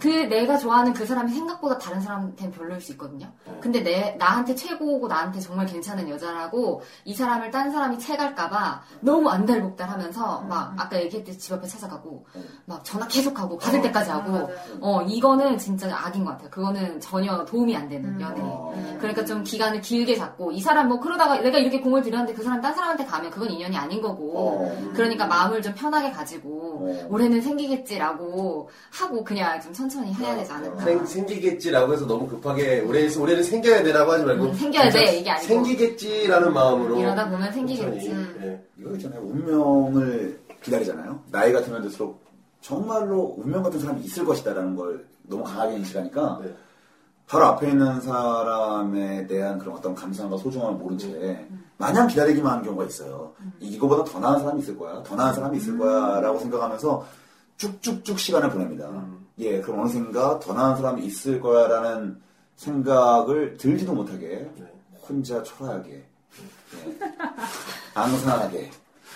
Speaker 6: 그 내가 좋아하는 그 사람이 생각보다 다른 사람한테 별로일 수 있거든요. 근데 내 나한테 최고고 나한테 정말 괜찮은 여자라고 이 사람을 딴 사람이 채갈까봐 너무 안달복달하면서 막 아까 얘기했듯이 집 앞에 찾아가고 막 전화 계속하고 받을 때까지 하고 어 이거는 진짜 악인 것 같아요. 그거는 전혀 도움이 안 되는 연애.
Speaker 4: 어.
Speaker 6: 그러니까 좀 기간을 길게 잡고 이 사람 뭐 그러다가 내가 이렇게 공을 들였는데 그 사람 딴 사람한테 가면 그건 인연이 아닌 거고
Speaker 4: 어.
Speaker 6: 그러니까 마음을 좀 편하게 가지고
Speaker 4: 어.
Speaker 6: 올해는 생기겠지라고 하고 그냥 좀 천천히 해야
Speaker 4: 아,
Speaker 6: 되지 않을까.
Speaker 3: 생, 생기겠지라고 해서 너무 급하게 올해, 올해는 생겨야 되라고 하지 말고. 그렇죠?
Speaker 6: 음, 생겨야 돼, 이게 아니고.
Speaker 3: 생기겠지라는 마음으로.
Speaker 6: 이러다 보면
Speaker 3: 천천히.
Speaker 6: 생기겠지.
Speaker 3: 네.
Speaker 4: 이거 있잖아요. 운명을 기다리잖아요. 나이가 들면 들수록 정말로 운명 같은 사람이 있을 것이다라는 걸 너무 강하게 인식하니까
Speaker 3: 네.
Speaker 4: 바로 앞에 있는 사람에 대한 그런 어떤 감사함과 소중함을 모른 채 마냥 기다리기만 하는 경우가 있어요. 이거보다 더 나은 사람이 있을 거야. 더 나은 사람이 있을 거야라고 생각하면서 쭉쭉쭉 시간을 보냅니다.
Speaker 3: 음.
Speaker 4: 예, 그럼 어느샌가 더 나은 사람이 있을 거야라는 생각을 들지도 못하게
Speaker 3: 네.
Speaker 4: 혼자 초라하게 예, 앙상하게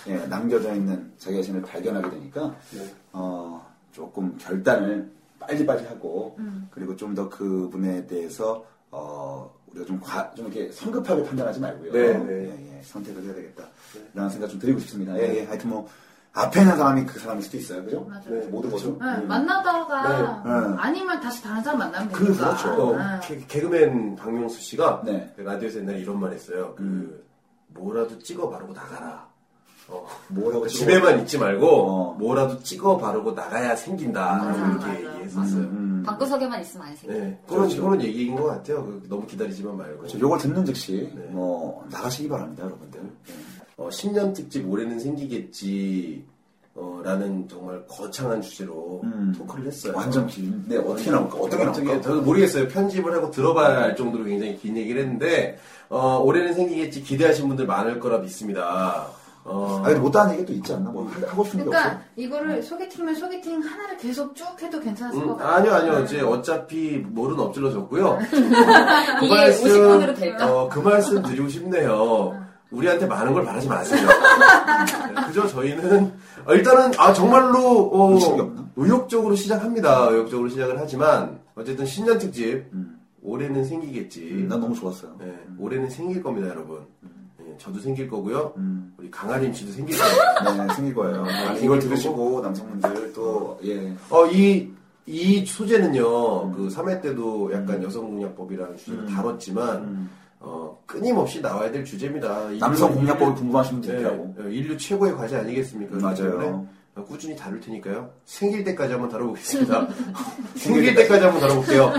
Speaker 4: 예, 남겨져 있는 자기 자신을 발견하게 되니까
Speaker 3: 네.
Speaker 4: 어, 조금 결단을 빨리빨리 하고 그리고 좀 더 그분에 대해서 어, 우리가 좀, 과, 좀 이렇게 성급하게 판단하지 말고요.
Speaker 3: 네, 네.
Speaker 4: 예, 예, 선택을 해야 되겠다. 라는 생각 좀 드리고 싶습니다. 예, 예. 하여튼 뭐 앞에 있는 사람이 그 사람일 수도 있어요. 그죠?
Speaker 5: 맞아요.
Speaker 4: 네, 모든 거죠.
Speaker 5: 네, 만나다가
Speaker 4: 네, 네.
Speaker 5: 아니면 다시 다른 사람 만나면
Speaker 4: 그,
Speaker 5: 되니까.
Speaker 4: 그렇죠.
Speaker 3: 어,
Speaker 6: 아.
Speaker 3: 개, 개그맨 박명수 씨가
Speaker 4: 네.
Speaker 3: 그 라디오에서 옛날에 이런 말 했어요. 그
Speaker 6: 음.
Speaker 3: 뭐라도 찍어 바르고 나가라. 어,
Speaker 4: 뭐라고 치고-
Speaker 3: 집에만 있지 말고
Speaker 4: 어.
Speaker 3: 뭐라도 찍어 바르고 나가야 생긴다.
Speaker 5: 맞아,
Speaker 3: 이렇게
Speaker 5: 맞아.
Speaker 3: 얘기했었어요.
Speaker 4: 음.
Speaker 6: 방구석에만 있으면 안 생겨.
Speaker 3: 네, 그런 그런 얘기인 것 같아요. 그, 너무 기다리지만 말고.
Speaker 4: 그렇죠. 요걸 듣는 즉시
Speaker 3: 네.
Speaker 4: 뭐 나가시기 바랍니다, 여러분들. 예.
Speaker 3: 어, 10년 특집 올해는 생기겠지. 어, 라는 정말 거창한 주제로
Speaker 4: 음.
Speaker 3: 토크를 했어요.
Speaker 4: 완전 긴데 어떻게 나올까? 어떻게 나올까?
Speaker 3: 저도 모르겠어요. 편집을 하고 들어봐야 할 정도로 굉장히 긴 얘기를 했는데 어, 올해는 생기겠지 기대하신 분들 많을 거라 믿습니다. 어,
Speaker 4: 아니 못하는 얘기 또 있지 않나? 뭐 하- 하고 싶은 게 없어.
Speaker 5: 그러니까 이거를 소개팅면 소개팅 하나를 계속 쭉 해도 괜찮을
Speaker 3: 음,
Speaker 5: 것 같아요. 네.
Speaker 3: 아니요, 아니요.
Speaker 6: 네.
Speaker 3: 이제 어차피 모른 엎질러졌고요.
Speaker 6: 음.
Speaker 3: 그
Speaker 6: 이게 50분으로 될까?
Speaker 3: 어, 그 말씀 드리고 싶네요. 우리한테 많은 걸 바라지 마세요. 네, 그죠? 저희는 어, 일단은 아 정말로 어,
Speaker 4: 의식이 없나?
Speaker 3: 의욕적으로 시작합니다. 의욕적으로 시작을 하지만 어쨌든 신년 특집
Speaker 4: 음.
Speaker 3: 올해는 생기겠지.
Speaker 4: 난 너무 좋았어요.
Speaker 3: 네, 올해는 생길 겁니다, 여러분. 예, 저도 생길 거고요.
Speaker 4: 음.
Speaker 3: 우리 강아림 씨도 생길 거예요.
Speaker 4: 네, 생길 거예요.
Speaker 3: 아, 생길
Speaker 4: 이걸 들으시고 남성분들 또 예.
Speaker 3: 어, 이, 이 소재는요, 그 3회 때도
Speaker 4: 음.
Speaker 3: 약간 여성공략법이라는 주제를 다뤘지만, 어, 끊임없이 나와야 될 주제입니다. 인류-
Speaker 4: 남성 공략법을
Speaker 3: 인류-
Speaker 4: 궁금하시면
Speaker 3: 네,
Speaker 4: 되더라고.
Speaker 3: 어, 인류 최고의 과제 아니겠습니까?
Speaker 4: 맞아요.
Speaker 3: 때문에 어, 꾸준히 다룰 테니까요. 생길 때까지 한번 다뤄보겠습니다. 생길 때까지 한번 다뤄볼게요.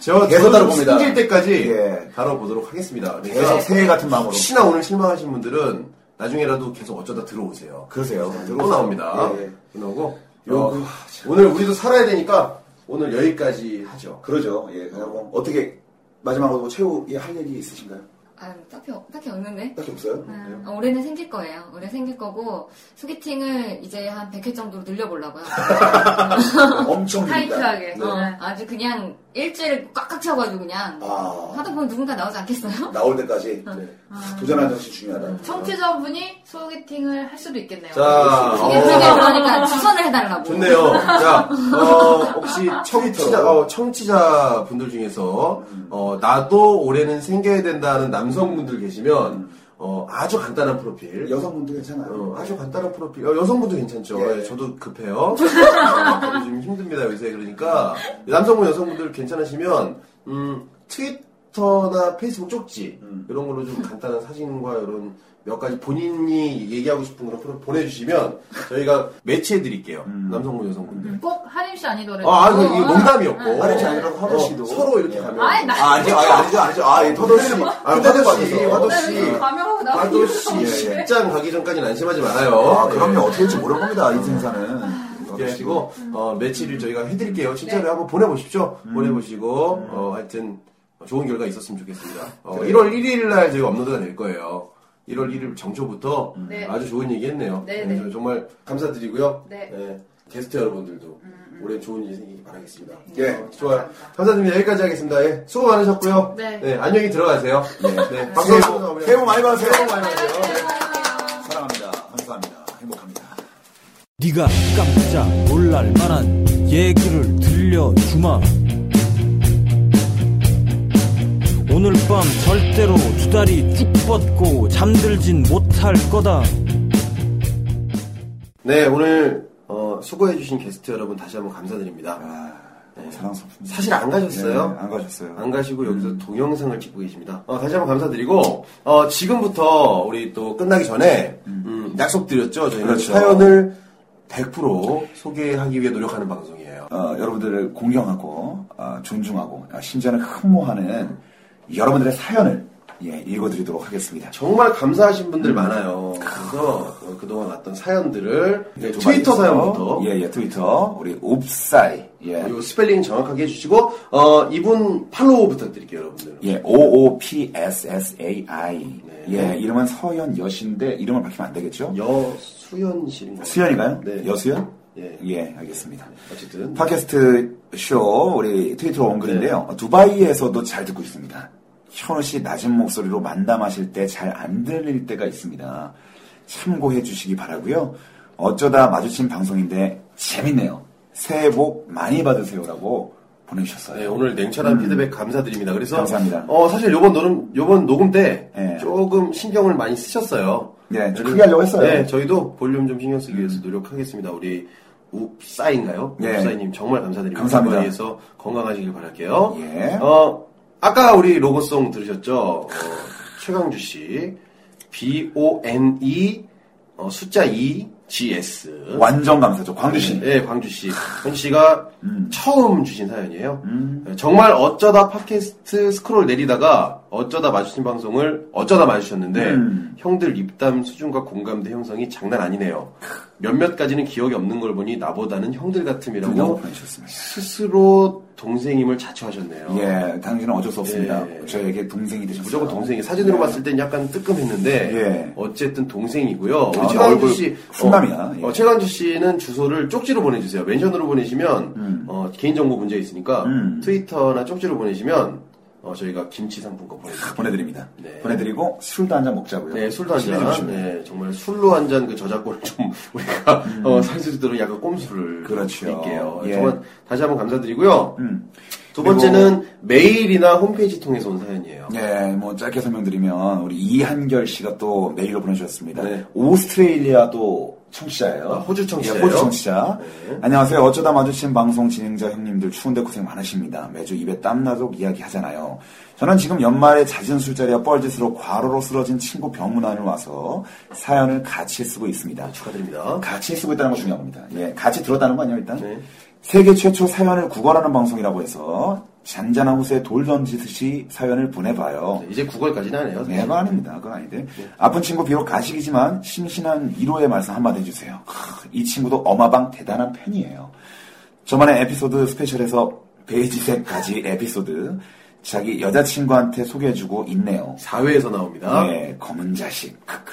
Speaker 3: 저
Speaker 4: 계속
Speaker 3: 저도
Speaker 4: 다뤄봅니다.
Speaker 3: 생길 때까지
Speaker 4: 예.
Speaker 3: 다뤄보도록 하겠습니다. 그러니까
Speaker 5: 네.
Speaker 4: 계속 새해 같은 마음으로.
Speaker 3: 혹시나 오늘 실망하신 분들은 나중에라도 계속 어쩌다 들어오세요. 네,
Speaker 4: 그러세요.
Speaker 3: 또 나옵니다.
Speaker 4: 예, 예.
Speaker 3: 그러고
Speaker 4: 요-
Speaker 3: 어, 오늘 우리도 살아야 되니까 오늘 여기까지 하죠.
Speaker 4: 그러죠. 예. 그리고 어떻게 마지막으로 뭐 최후 예, 할 얘기 있으신가요?
Speaker 6: 아, 딱히, 딱히 없는데.
Speaker 4: 딱히 없어요.
Speaker 5: 음.
Speaker 6: 아, 어, 올해는 생길 거예요. 올해 생길 거고, 소개팅을 이제 한 100회 정도로 늘려보려고요.
Speaker 4: 어, 엄청
Speaker 5: 타이트하게.
Speaker 4: 네.
Speaker 6: 어, 아주 그냥 일주일을 꽉꽉 채워가지고 그냥.
Speaker 4: 아
Speaker 6: 하다 보면 누군가 나오지 않겠어요?
Speaker 4: 나올 때까지 네.
Speaker 3: 어.
Speaker 4: 도전하는 정신 중요하다.
Speaker 5: 청취자분이 소개팅을 할 수도 있겠네요.
Speaker 3: 자,
Speaker 6: 이게
Speaker 3: 어,
Speaker 6: 되게 그러니까 주선을 해달라고.
Speaker 3: 좋네요. 자, 어, 혹시 청취자,
Speaker 4: 트위터로.
Speaker 3: 어, 청취자 분들 중에서 어, 나도 올해는 생겨야 된다는 남성분들 계시면 어, 아주 간단한 프로필.
Speaker 4: 여성분도 괜찮아요.
Speaker 3: 어, 아주 간단한 프로필. 어, 여성분도 괜찮죠.
Speaker 4: 예.
Speaker 3: 예, 저도 급해요. 어, 저도 좀 힘듭니다, 요새. 그러니까. 남성분, 여성분들 괜찮으시면, 음, 트위터나 페이스북 쪽지,
Speaker 4: 음.
Speaker 3: 이런 걸로 좀 간단한 사진과 이런 몇 가지 본인이 얘기하고 싶은 걸 프로- 보내주시면 저희가 매치해드릴게요.
Speaker 4: 음.
Speaker 3: 남성분, 여성분들.
Speaker 5: 꼭 하림 씨 아니더라도.
Speaker 3: 아, 아니, 이게 농담이었고.
Speaker 4: 아니, 저 아니라
Speaker 3: 어,
Speaker 4: 허도 씨도.
Speaker 3: 서로 이렇게
Speaker 4: 예.
Speaker 3: 가면.
Speaker 5: 아이, 나-
Speaker 4: 아, 아니죠, 아니, 아니죠, 아니죠. 아, 예,
Speaker 3: 허도 씨,
Speaker 4: 도전하는 거.
Speaker 3: 아, 허도 씨,
Speaker 4: 그때도
Speaker 3: 허도
Speaker 4: 봐서.
Speaker 3: 씨.
Speaker 5: 감명하고 나.
Speaker 3: 아도 씨,
Speaker 4: 예, 예.
Speaker 3: 직장 가기 전까지는 안심하지 말아요.
Speaker 4: 아,
Speaker 3: 예.
Speaker 4: 그럼요. 어떻게 될지 모를 겁니다, 인생사는. 예.
Speaker 3: 이렇게 하시고 어, 매치를 저희가 해드릴게요. 진짜로 한번 보내보십시오. 보내보시고 어, 하여튼 좋은 결과 있었으면 좋겠습니다. 어, 1월 1일 날 저희가 업로드가 될 거예요. 1월 1일 정초부터
Speaker 5: 네.
Speaker 3: 아주 좋은 음. 얘기했네요.
Speaker 5: 네, 네.
Speaker 3: 저 정말 감사드리고요.
Speaker 5: 네.
Speaker 3: 네, 음, 게스트 여러분들도 올해 좋은 일 생기기 바라겠습니다.
Speaker 4: 예.
Speaker 3: 어, 좋아요. 감사드립니다. 여기까지 하겠습니다. 예, 수고 많으셨고요.
Speaker 5: 네.
Speaker 3: 안녕히 들어가세요. 네,
Speaker 4: 새해
Speaker 3: 방송
Speaker 4: 복, 새해 복 많이 받으세요.
Speaker 3: 새해 복 많이 받으세요.
Speaker 4: 사랑합니다. 감사합니다. 행복합니다.
Speaker 2: 네가 깜짝 놀랄 만한 얘기를 들려주마 오늘 밤 절대로 두 다리 쭉 뻗고 잠들진 못할 거다
Speaker 3: 네, 오늘 어, 수고해주신 게스트 여러분 다시 한번 감사드립니다.
Speaker 4: 네, 사랑스럽습니다.
Speaker 3: 사실 안 가셨어요?
Speaker 4: 네, 안 가셨어요.
Speaker 3: 안 가시고 여기서
Speaker 4: 음.
Speaker 3: 동영상을 찍고 계십니다. 어, 다시 한번 감사드리고 어, 지금부터 우리 또 끝나기 전에 음, 약속드렸죠. 저희가
Speaker 4: 그렇죠.
Speaker 3: 사연을 100% 소개하기 위해 노력하는 방송이에요.
Speaker 4: 어, 여러분들을 공경하고 어, 존중하고 어, 심지어는 흠모하는 여러분들의 사연을 예, 읽어드리도록 하겠습니다.
Speaker 3: 정말 감사하신
Speaker 4: 음.
Speaker 3: 분들 많아요. 그래서 어, 그동안 왔던 사연들을
Speaker 4: 네, 두
Speaker 3: 트위터
Speaker 4: 마디 있어요.
Speaker 3: 사연부터 아,
Speaker 4: 예, 예, 트위터 우리 옵사이 예,
Speaker 3: 요 스펠링 정확하게 해주시고 어, 이분 팔로우 부탁드릴게요, 여러분들.
Speaker 4: 예, OOPSSAI
Speaker 3: 네.
Speaker 4: 예, 이름은 서연 여신데 이름을 밝히면 안 되겠죠?
Speaker 3: 여수연 씨인가요?
Speaker 4: 수연인가요?
Speaker 3: 네.
Speaker 4: 여수연?
Speaker 3: 예.
Speaker 4: 알겠습니다.
Speaker 3: 어쨌든
Speaker 4: 팟캐스트 쇼 우리 트위터로 온 글인데요.
Speaker 3: 네.
Speaker 4: 두바이에서도 잘 듣고 있습니다. 현우 씨 낮은 목소리로 만담하실 때 잘 안 들릴 때가 있습니다. 참고해 주시기 바라고요. 어쩌다 마주친 방송인데 재밌네요. 새해 복 많이 받으세요라고 보내주셨어요.
Speaker 3: 네, 오늘 냉철한 피드백 감사드립니다. 그래서
Speaker 4: 음. 감사합니다.
Speaker 3: 어, 사실 요번 녹음 요번 녹음 때
Speaker 4: 예.
Speaker 3: 조금 신경을 많이 쓰셨어요.
Speaker 4: 네, 좀
Speaker 3: 그래서-
Speaker 4: 크게 하려고 했어요.
Speaker 3: 네, 저희도 볼륨 좀 신경 쓰기 위해서 노력하겠습니다. 우리 웁사인가요?
Speaker 4: 예.
Speaker 3: 웁사이님 정말 감사드립니다.
Speaker 4: 감사합니다.
Speaker 3: 에서 건강하시길 바랄게요.
Speaker 4: 예.
Speaker 3: 어, 아까 우리 로고송 들으셨죠? 어, 최강주 씨, B O N E 어, 숫자 2 G S
Speaker 4: 완전 감사죠. 광주 씨.
Speaker 3: 네, 광주 씨. 광주 씨가 처음 주신 사연이에요. 네, 정말 어쩌다 팟캐스트 스크롤 내리다가 어쩌다 마주친 방송을 어쩌다 마주쳤는데
Speaker 4: 음.
Speaker 3: 형들 입담 수준과 공감대 형성이 장난 아니네요. 몇몇까지는 기억이 없는 걸 보니 나보다는 형들
Speaker 4: 라고
Speaker 3: 같음이라고
Speaker 4: 보내주셨습니다.
Speaker 3: 스스로 동생임을 자처하셨네요.
Speaker 4: 예, 당신은 어쩔 수 없습니다.
Speaker 3: 예.
Speaker 4: 저에게 동생이 되셨어요.
Speaker 3: 무조건 동생이 사진으로
Speaker 4: 예.
Speaker 3: 봤을 땐 약간 뜨끔했는데
Speaker 4: 예.
Speaker 3: 어쨌든 동생이고요. 우리
Speaker 4: 아,
Speaker 3: 최강주
Speaker 4: 얼굴
Speaker 3: 씨
Speaker 4: 훈남이야. 예.
Speaker 3: 어, 어, 최강주 씨는 주소를 쪽지로 보내주세요. 멘션으로 보내시면 어, 개인정보 문제 있으니까
Speaker 4: 음.
Speaker 3: 트위터나 쪽지로 보내시면 어, 저희가 김치 상품권 보내드립니다.
Speaker 4: 보내드립니다.
Speaker 3: 네.
Speaker 4: 보내드리고 술도 한 잔 먹자고요.
Speaker 3: 네, 술도 한
Speaker 4: 친해져
Speaker 3: 잔.
Speaker 4: 주시면.
Speaker 3: 네, 정말 술로 한 잔 그 저작권을 좀 우리가 어, 살수 있도록 약간 꼼수를
Speaker 4: 음. 그렇죠.
Speaker 3: 드릴게요.
Speaker 4: 예.
Speaker 3: 정말 다시 한번 감사드리고요.
Speaker 4: 음.
Speaker 3: 두 번째는 메일이나 홈페이지 통해서 온 사연이에요.
Speaker 4: 예, 뭐 짧게 설명드리면 우리 이한결 씨가 또 메일로 보내주셨습니다.
Speaker 3: 네.
Speaker 4: 오스트레일리아 도 청취자예요.
Speaker 3: 아, 호주 청취자예요?
Speaker 4: 예, 호주 청취자.
Speaker 3: 네.
Speaker 4: 안녕하세요. 어쩌다 마주친 방송 진행자 형님들 추운데 고생 많으십니다. 매주 입에 땀 나도록 이야기하잖아요. 저는 지금 연말에 잦은 술자리와 뻘짓으로 과로로 쓰러진 친구 병문안을 와서 사연을 같이 쓰고 있습니다.
Speaker 3: 네, 축하드립니다.
Speaker 4: 같이 쓰고 있다는 거 중요한 겁니다. 예, 같이 들었다는 거 아니에요, 일단?
Speaker 3: 네.
Speaker 4: 세계 최초 사연을 구걸하는 방송이라고 해서 잔잔한 호수에 돌 던지듯이 사연을 보내봐요.
Speaker 3: 이제 9월까지는 하네요.
Speaker 4: 네, 가 아닙니다. 그건 아닌데. 아픈 친구 비록 가식이지만 심신한 위로의 말씀 한마디 해주세요. 크, 이 친구도 어마방 대단한 팬이에요. 저만의 에피소드 스페셜에서 베이지색까지 에피소드 자기 여자친구한테 소개해주고 있네요.
Speaker 3: 4회에서 나옵니다.
Speaker 4: 네, 검은 자식. 크크.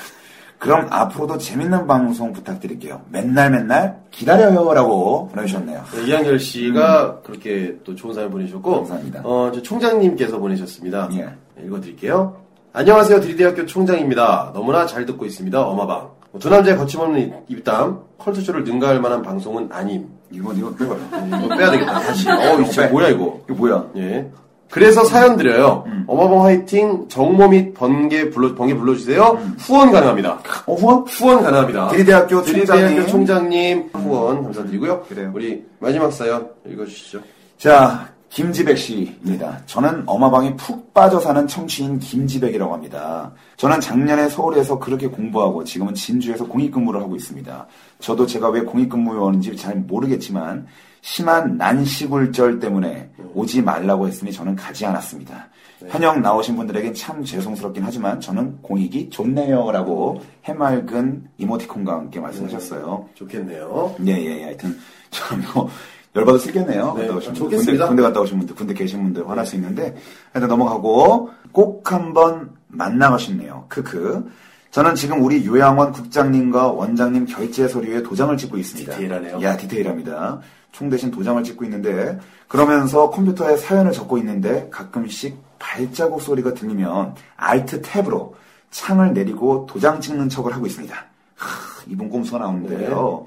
Speaker 4: 그럼 앞으로도 재밌는 방송 부탁드릴게요. 맨날 맨날 기다려요라고 보내주셨네요.
Speaker 3: 네, 이한결 씨가 그렇게 또 좋은 사연 보내주셨고,
Speaker 4: 감사합니다.
Speaker 3: 어, 저 총장님께서 보내셨습니다. 네,
Speaker 4: 예.
Speaker 3: 읽어드릴게요. 안녕하세요. 드리대학교 총장입니다. 너무나 잘 듣고 있습니다. 어마방. 뭐 두 남자의 거침없는 입담, 컬투쇼를 능가할 만한 방송은 아님.
Speaker 4: 이건 이거 빼봐요.
Speaker 3: 이거 빼야 되겠다. 다시. 어, 이거 진짜 뭐야, 이거.
Speaker 4: 이거 뭐야?
Speaker 3: 예. 그래서 사연 드려요.
Speaker 4: 음.
Speaker 3: 어마방 화이팅, 정모 및 번개 불러, 번개 불러주세요.
Speaker 4: 음.
Speaker 3: 후원 가능합니다.
Speaker 4: 어, 후원?
Speaker 3: 후원 가능합니다.
Speaker 4: 드리대학교 총장님.
Speaker 3: 드리대학교 총장님 후원 감사드리고요.
Speaker 4: 그래요.
Speaker 3: 우리 마지막 사연 읽어주시죠.
Speaker 4: 자, 김지백 씨입니다. 저는 어마방에 푹 빠져 사는 청취인 김지백이라고 합니다. 저는 작년에 서울에서 그렇게 공부하고 지금은 진주에서 공익근무를 하고 있습니다. 저도 제가 왜 공익근무원인지 잘 모르겠지만 심한 난시굴절 때문에 오지 말라고 했으니 저는 가지 않았습니다. 현역 나오신 분들에겐 참 죄송스럽긴 하지만 저는 공익이 좋네요라고 해맑은 이모티콘과 함께 말씀하셨어요.
Speaker 3: 좋겠네요.
Speaker 4: 예, 예, 예. 하여튼, 참, 이거, 열받아 쓰겠네요.
Speaker 3: 네,
Speaker 4: 갔다 오신 분들. 군대,
Speaker 3: 좋겠습니다.
Speaker 4: 군대 갔다 오신 분들, 군대 계신 분들 화날 수 있는데, 일단 넘어가고, 꼭 한번 만나고 싶네요. 크크. 저는 지금 우리 요양원 국장님과 원장님 결제 서류에 도장을 찍고 있습니다.
Speaker 3: 디테일하네요.
Speaker 4: 야, 디테일합니다. 총 대신 도장을 찍고 있는데, 그러면서 컴퓨터에 사연을 적고 있는데, 가끔씩 발자국 소리가 들리면, 알트 탭으로 창을 내리고 도장 찍는 척을 하고 있습니다. 하, 이분 꼼수가
Speaker 3: 네.
Speaker 4: 나오는데요.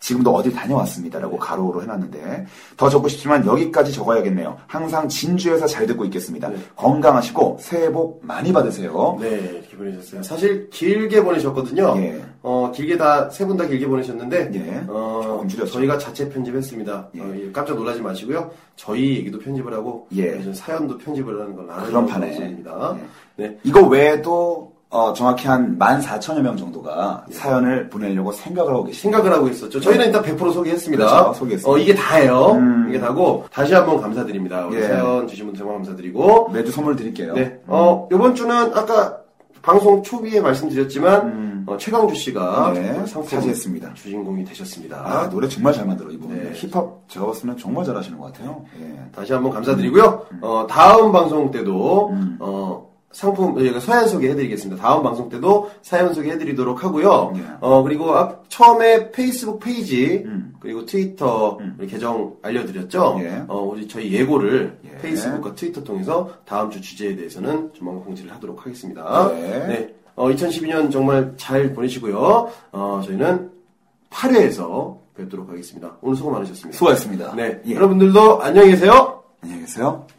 Speaker 4: 지금도 어딜 다녀왔습니다라고 가로로 해놨는데 더 적고 싶지만 여기까지 적어야겠네요. 항상 진주에서 잘 듣고 있겠습니다. 건강하시고 새해 복 많이 받으세요.
Speaker 3: 네, 이렇게 보내셨어요. 사실 길게 보내셨거든요.
Speaker 4: 예.
Speaker 3: 어, 길게 다, 세 분 다 길게 보내셨는데,
Speaker 4: 예.
Speaker 3: 어,
Speaker 4: 조금 줄였죠.
Speaker 3: 저희가 자체 편집했습니다. 어, 예, 깜짝 놀라지 마시고요. 저희 얘기도 편집을 하고,
Speaker 4: 예.
Speaker 3: 요즘 사연도 편집을 하는 건 아는
Speaker 4: 그런 판에. 예.
Speaker 3: 방송입니다. 네.
Speaker 4: 이거 외에도 어, 정확히 한 14,000여 명 정도가
Speaker 3: 예.
Speaker 4: 사연을 보내려고 생각을 하고 계십니다.
Speaker 3: 생각을 하고 있었죠. 저희는 일단 100% 소개했습니다.
Speaker 4: 그렇죠, 소개했습니다.
Speaker 3: 어, 이게 다예요.
Speaker 4: 음.
Speaker 3: 이게 다고, 다시 한번 감사드립니다. 우리
Speaker 4: 예. 음.
Speaker 3: 사연 주신 분 정말 감사드리고,
Speaker 4: 매주 선물 드릴게요.
Speaker 3: 음. 네. 어, 요번 주는 아까 방송 초기에 말씀드렸지만, 어, 최강주 씨가
Speaker 4: 음. 네,
Speaker 3: 정말 상품
Speaker 4: 차지했습니다.
Speaker 3: 주인공이 되셨습니다.
Speaker 4: 아, 노래 정말 잘 만들어 이분.
Speaker 3: 네.
Speaker 4: 힙합 제가 봤을 때 정말 잘하시는 것 같아요. 예.
Speaker 3: 다시 한번 감사드리고요. 어, 다음 방송 때도,
Speaker 4: 음.
Speaker 3: 어, 상품, 저희가 사연 소개해드리겠습니다. 다음 방송 때도 사연 소개해드리도록 하고요.
Speaker 4: 네.
Speaker 3: 어, 그리고 앞- 처음에 페이스북 페이지, 그리고 트위터 우리 계정 알려드렸죠.
Speaker 4: 음. 예.
Speaker 3: 어, 우리 저희 예고를
Speaker 4: 예.
Speaker 3: 페이스북과 트위터 통해서 다음 주 주제에 대해서는 조만간 공지를 하도록 하겠습니다.
Speaker 4: 네.
Speaker 3: 네. 어, 2012년 정말 잘 보내시고요. 어, 저희는 8회에서 뵙도록 하겠습니다. 오늘 수고 많으셨습니다.
Speaker 4: 수고하셨습니다.
Speaker 3: 네.
Speaker 4: 예.
Speaker 3: 여러분들도 안녕히 계세요.
Speaker 4: 안녕히 계세요.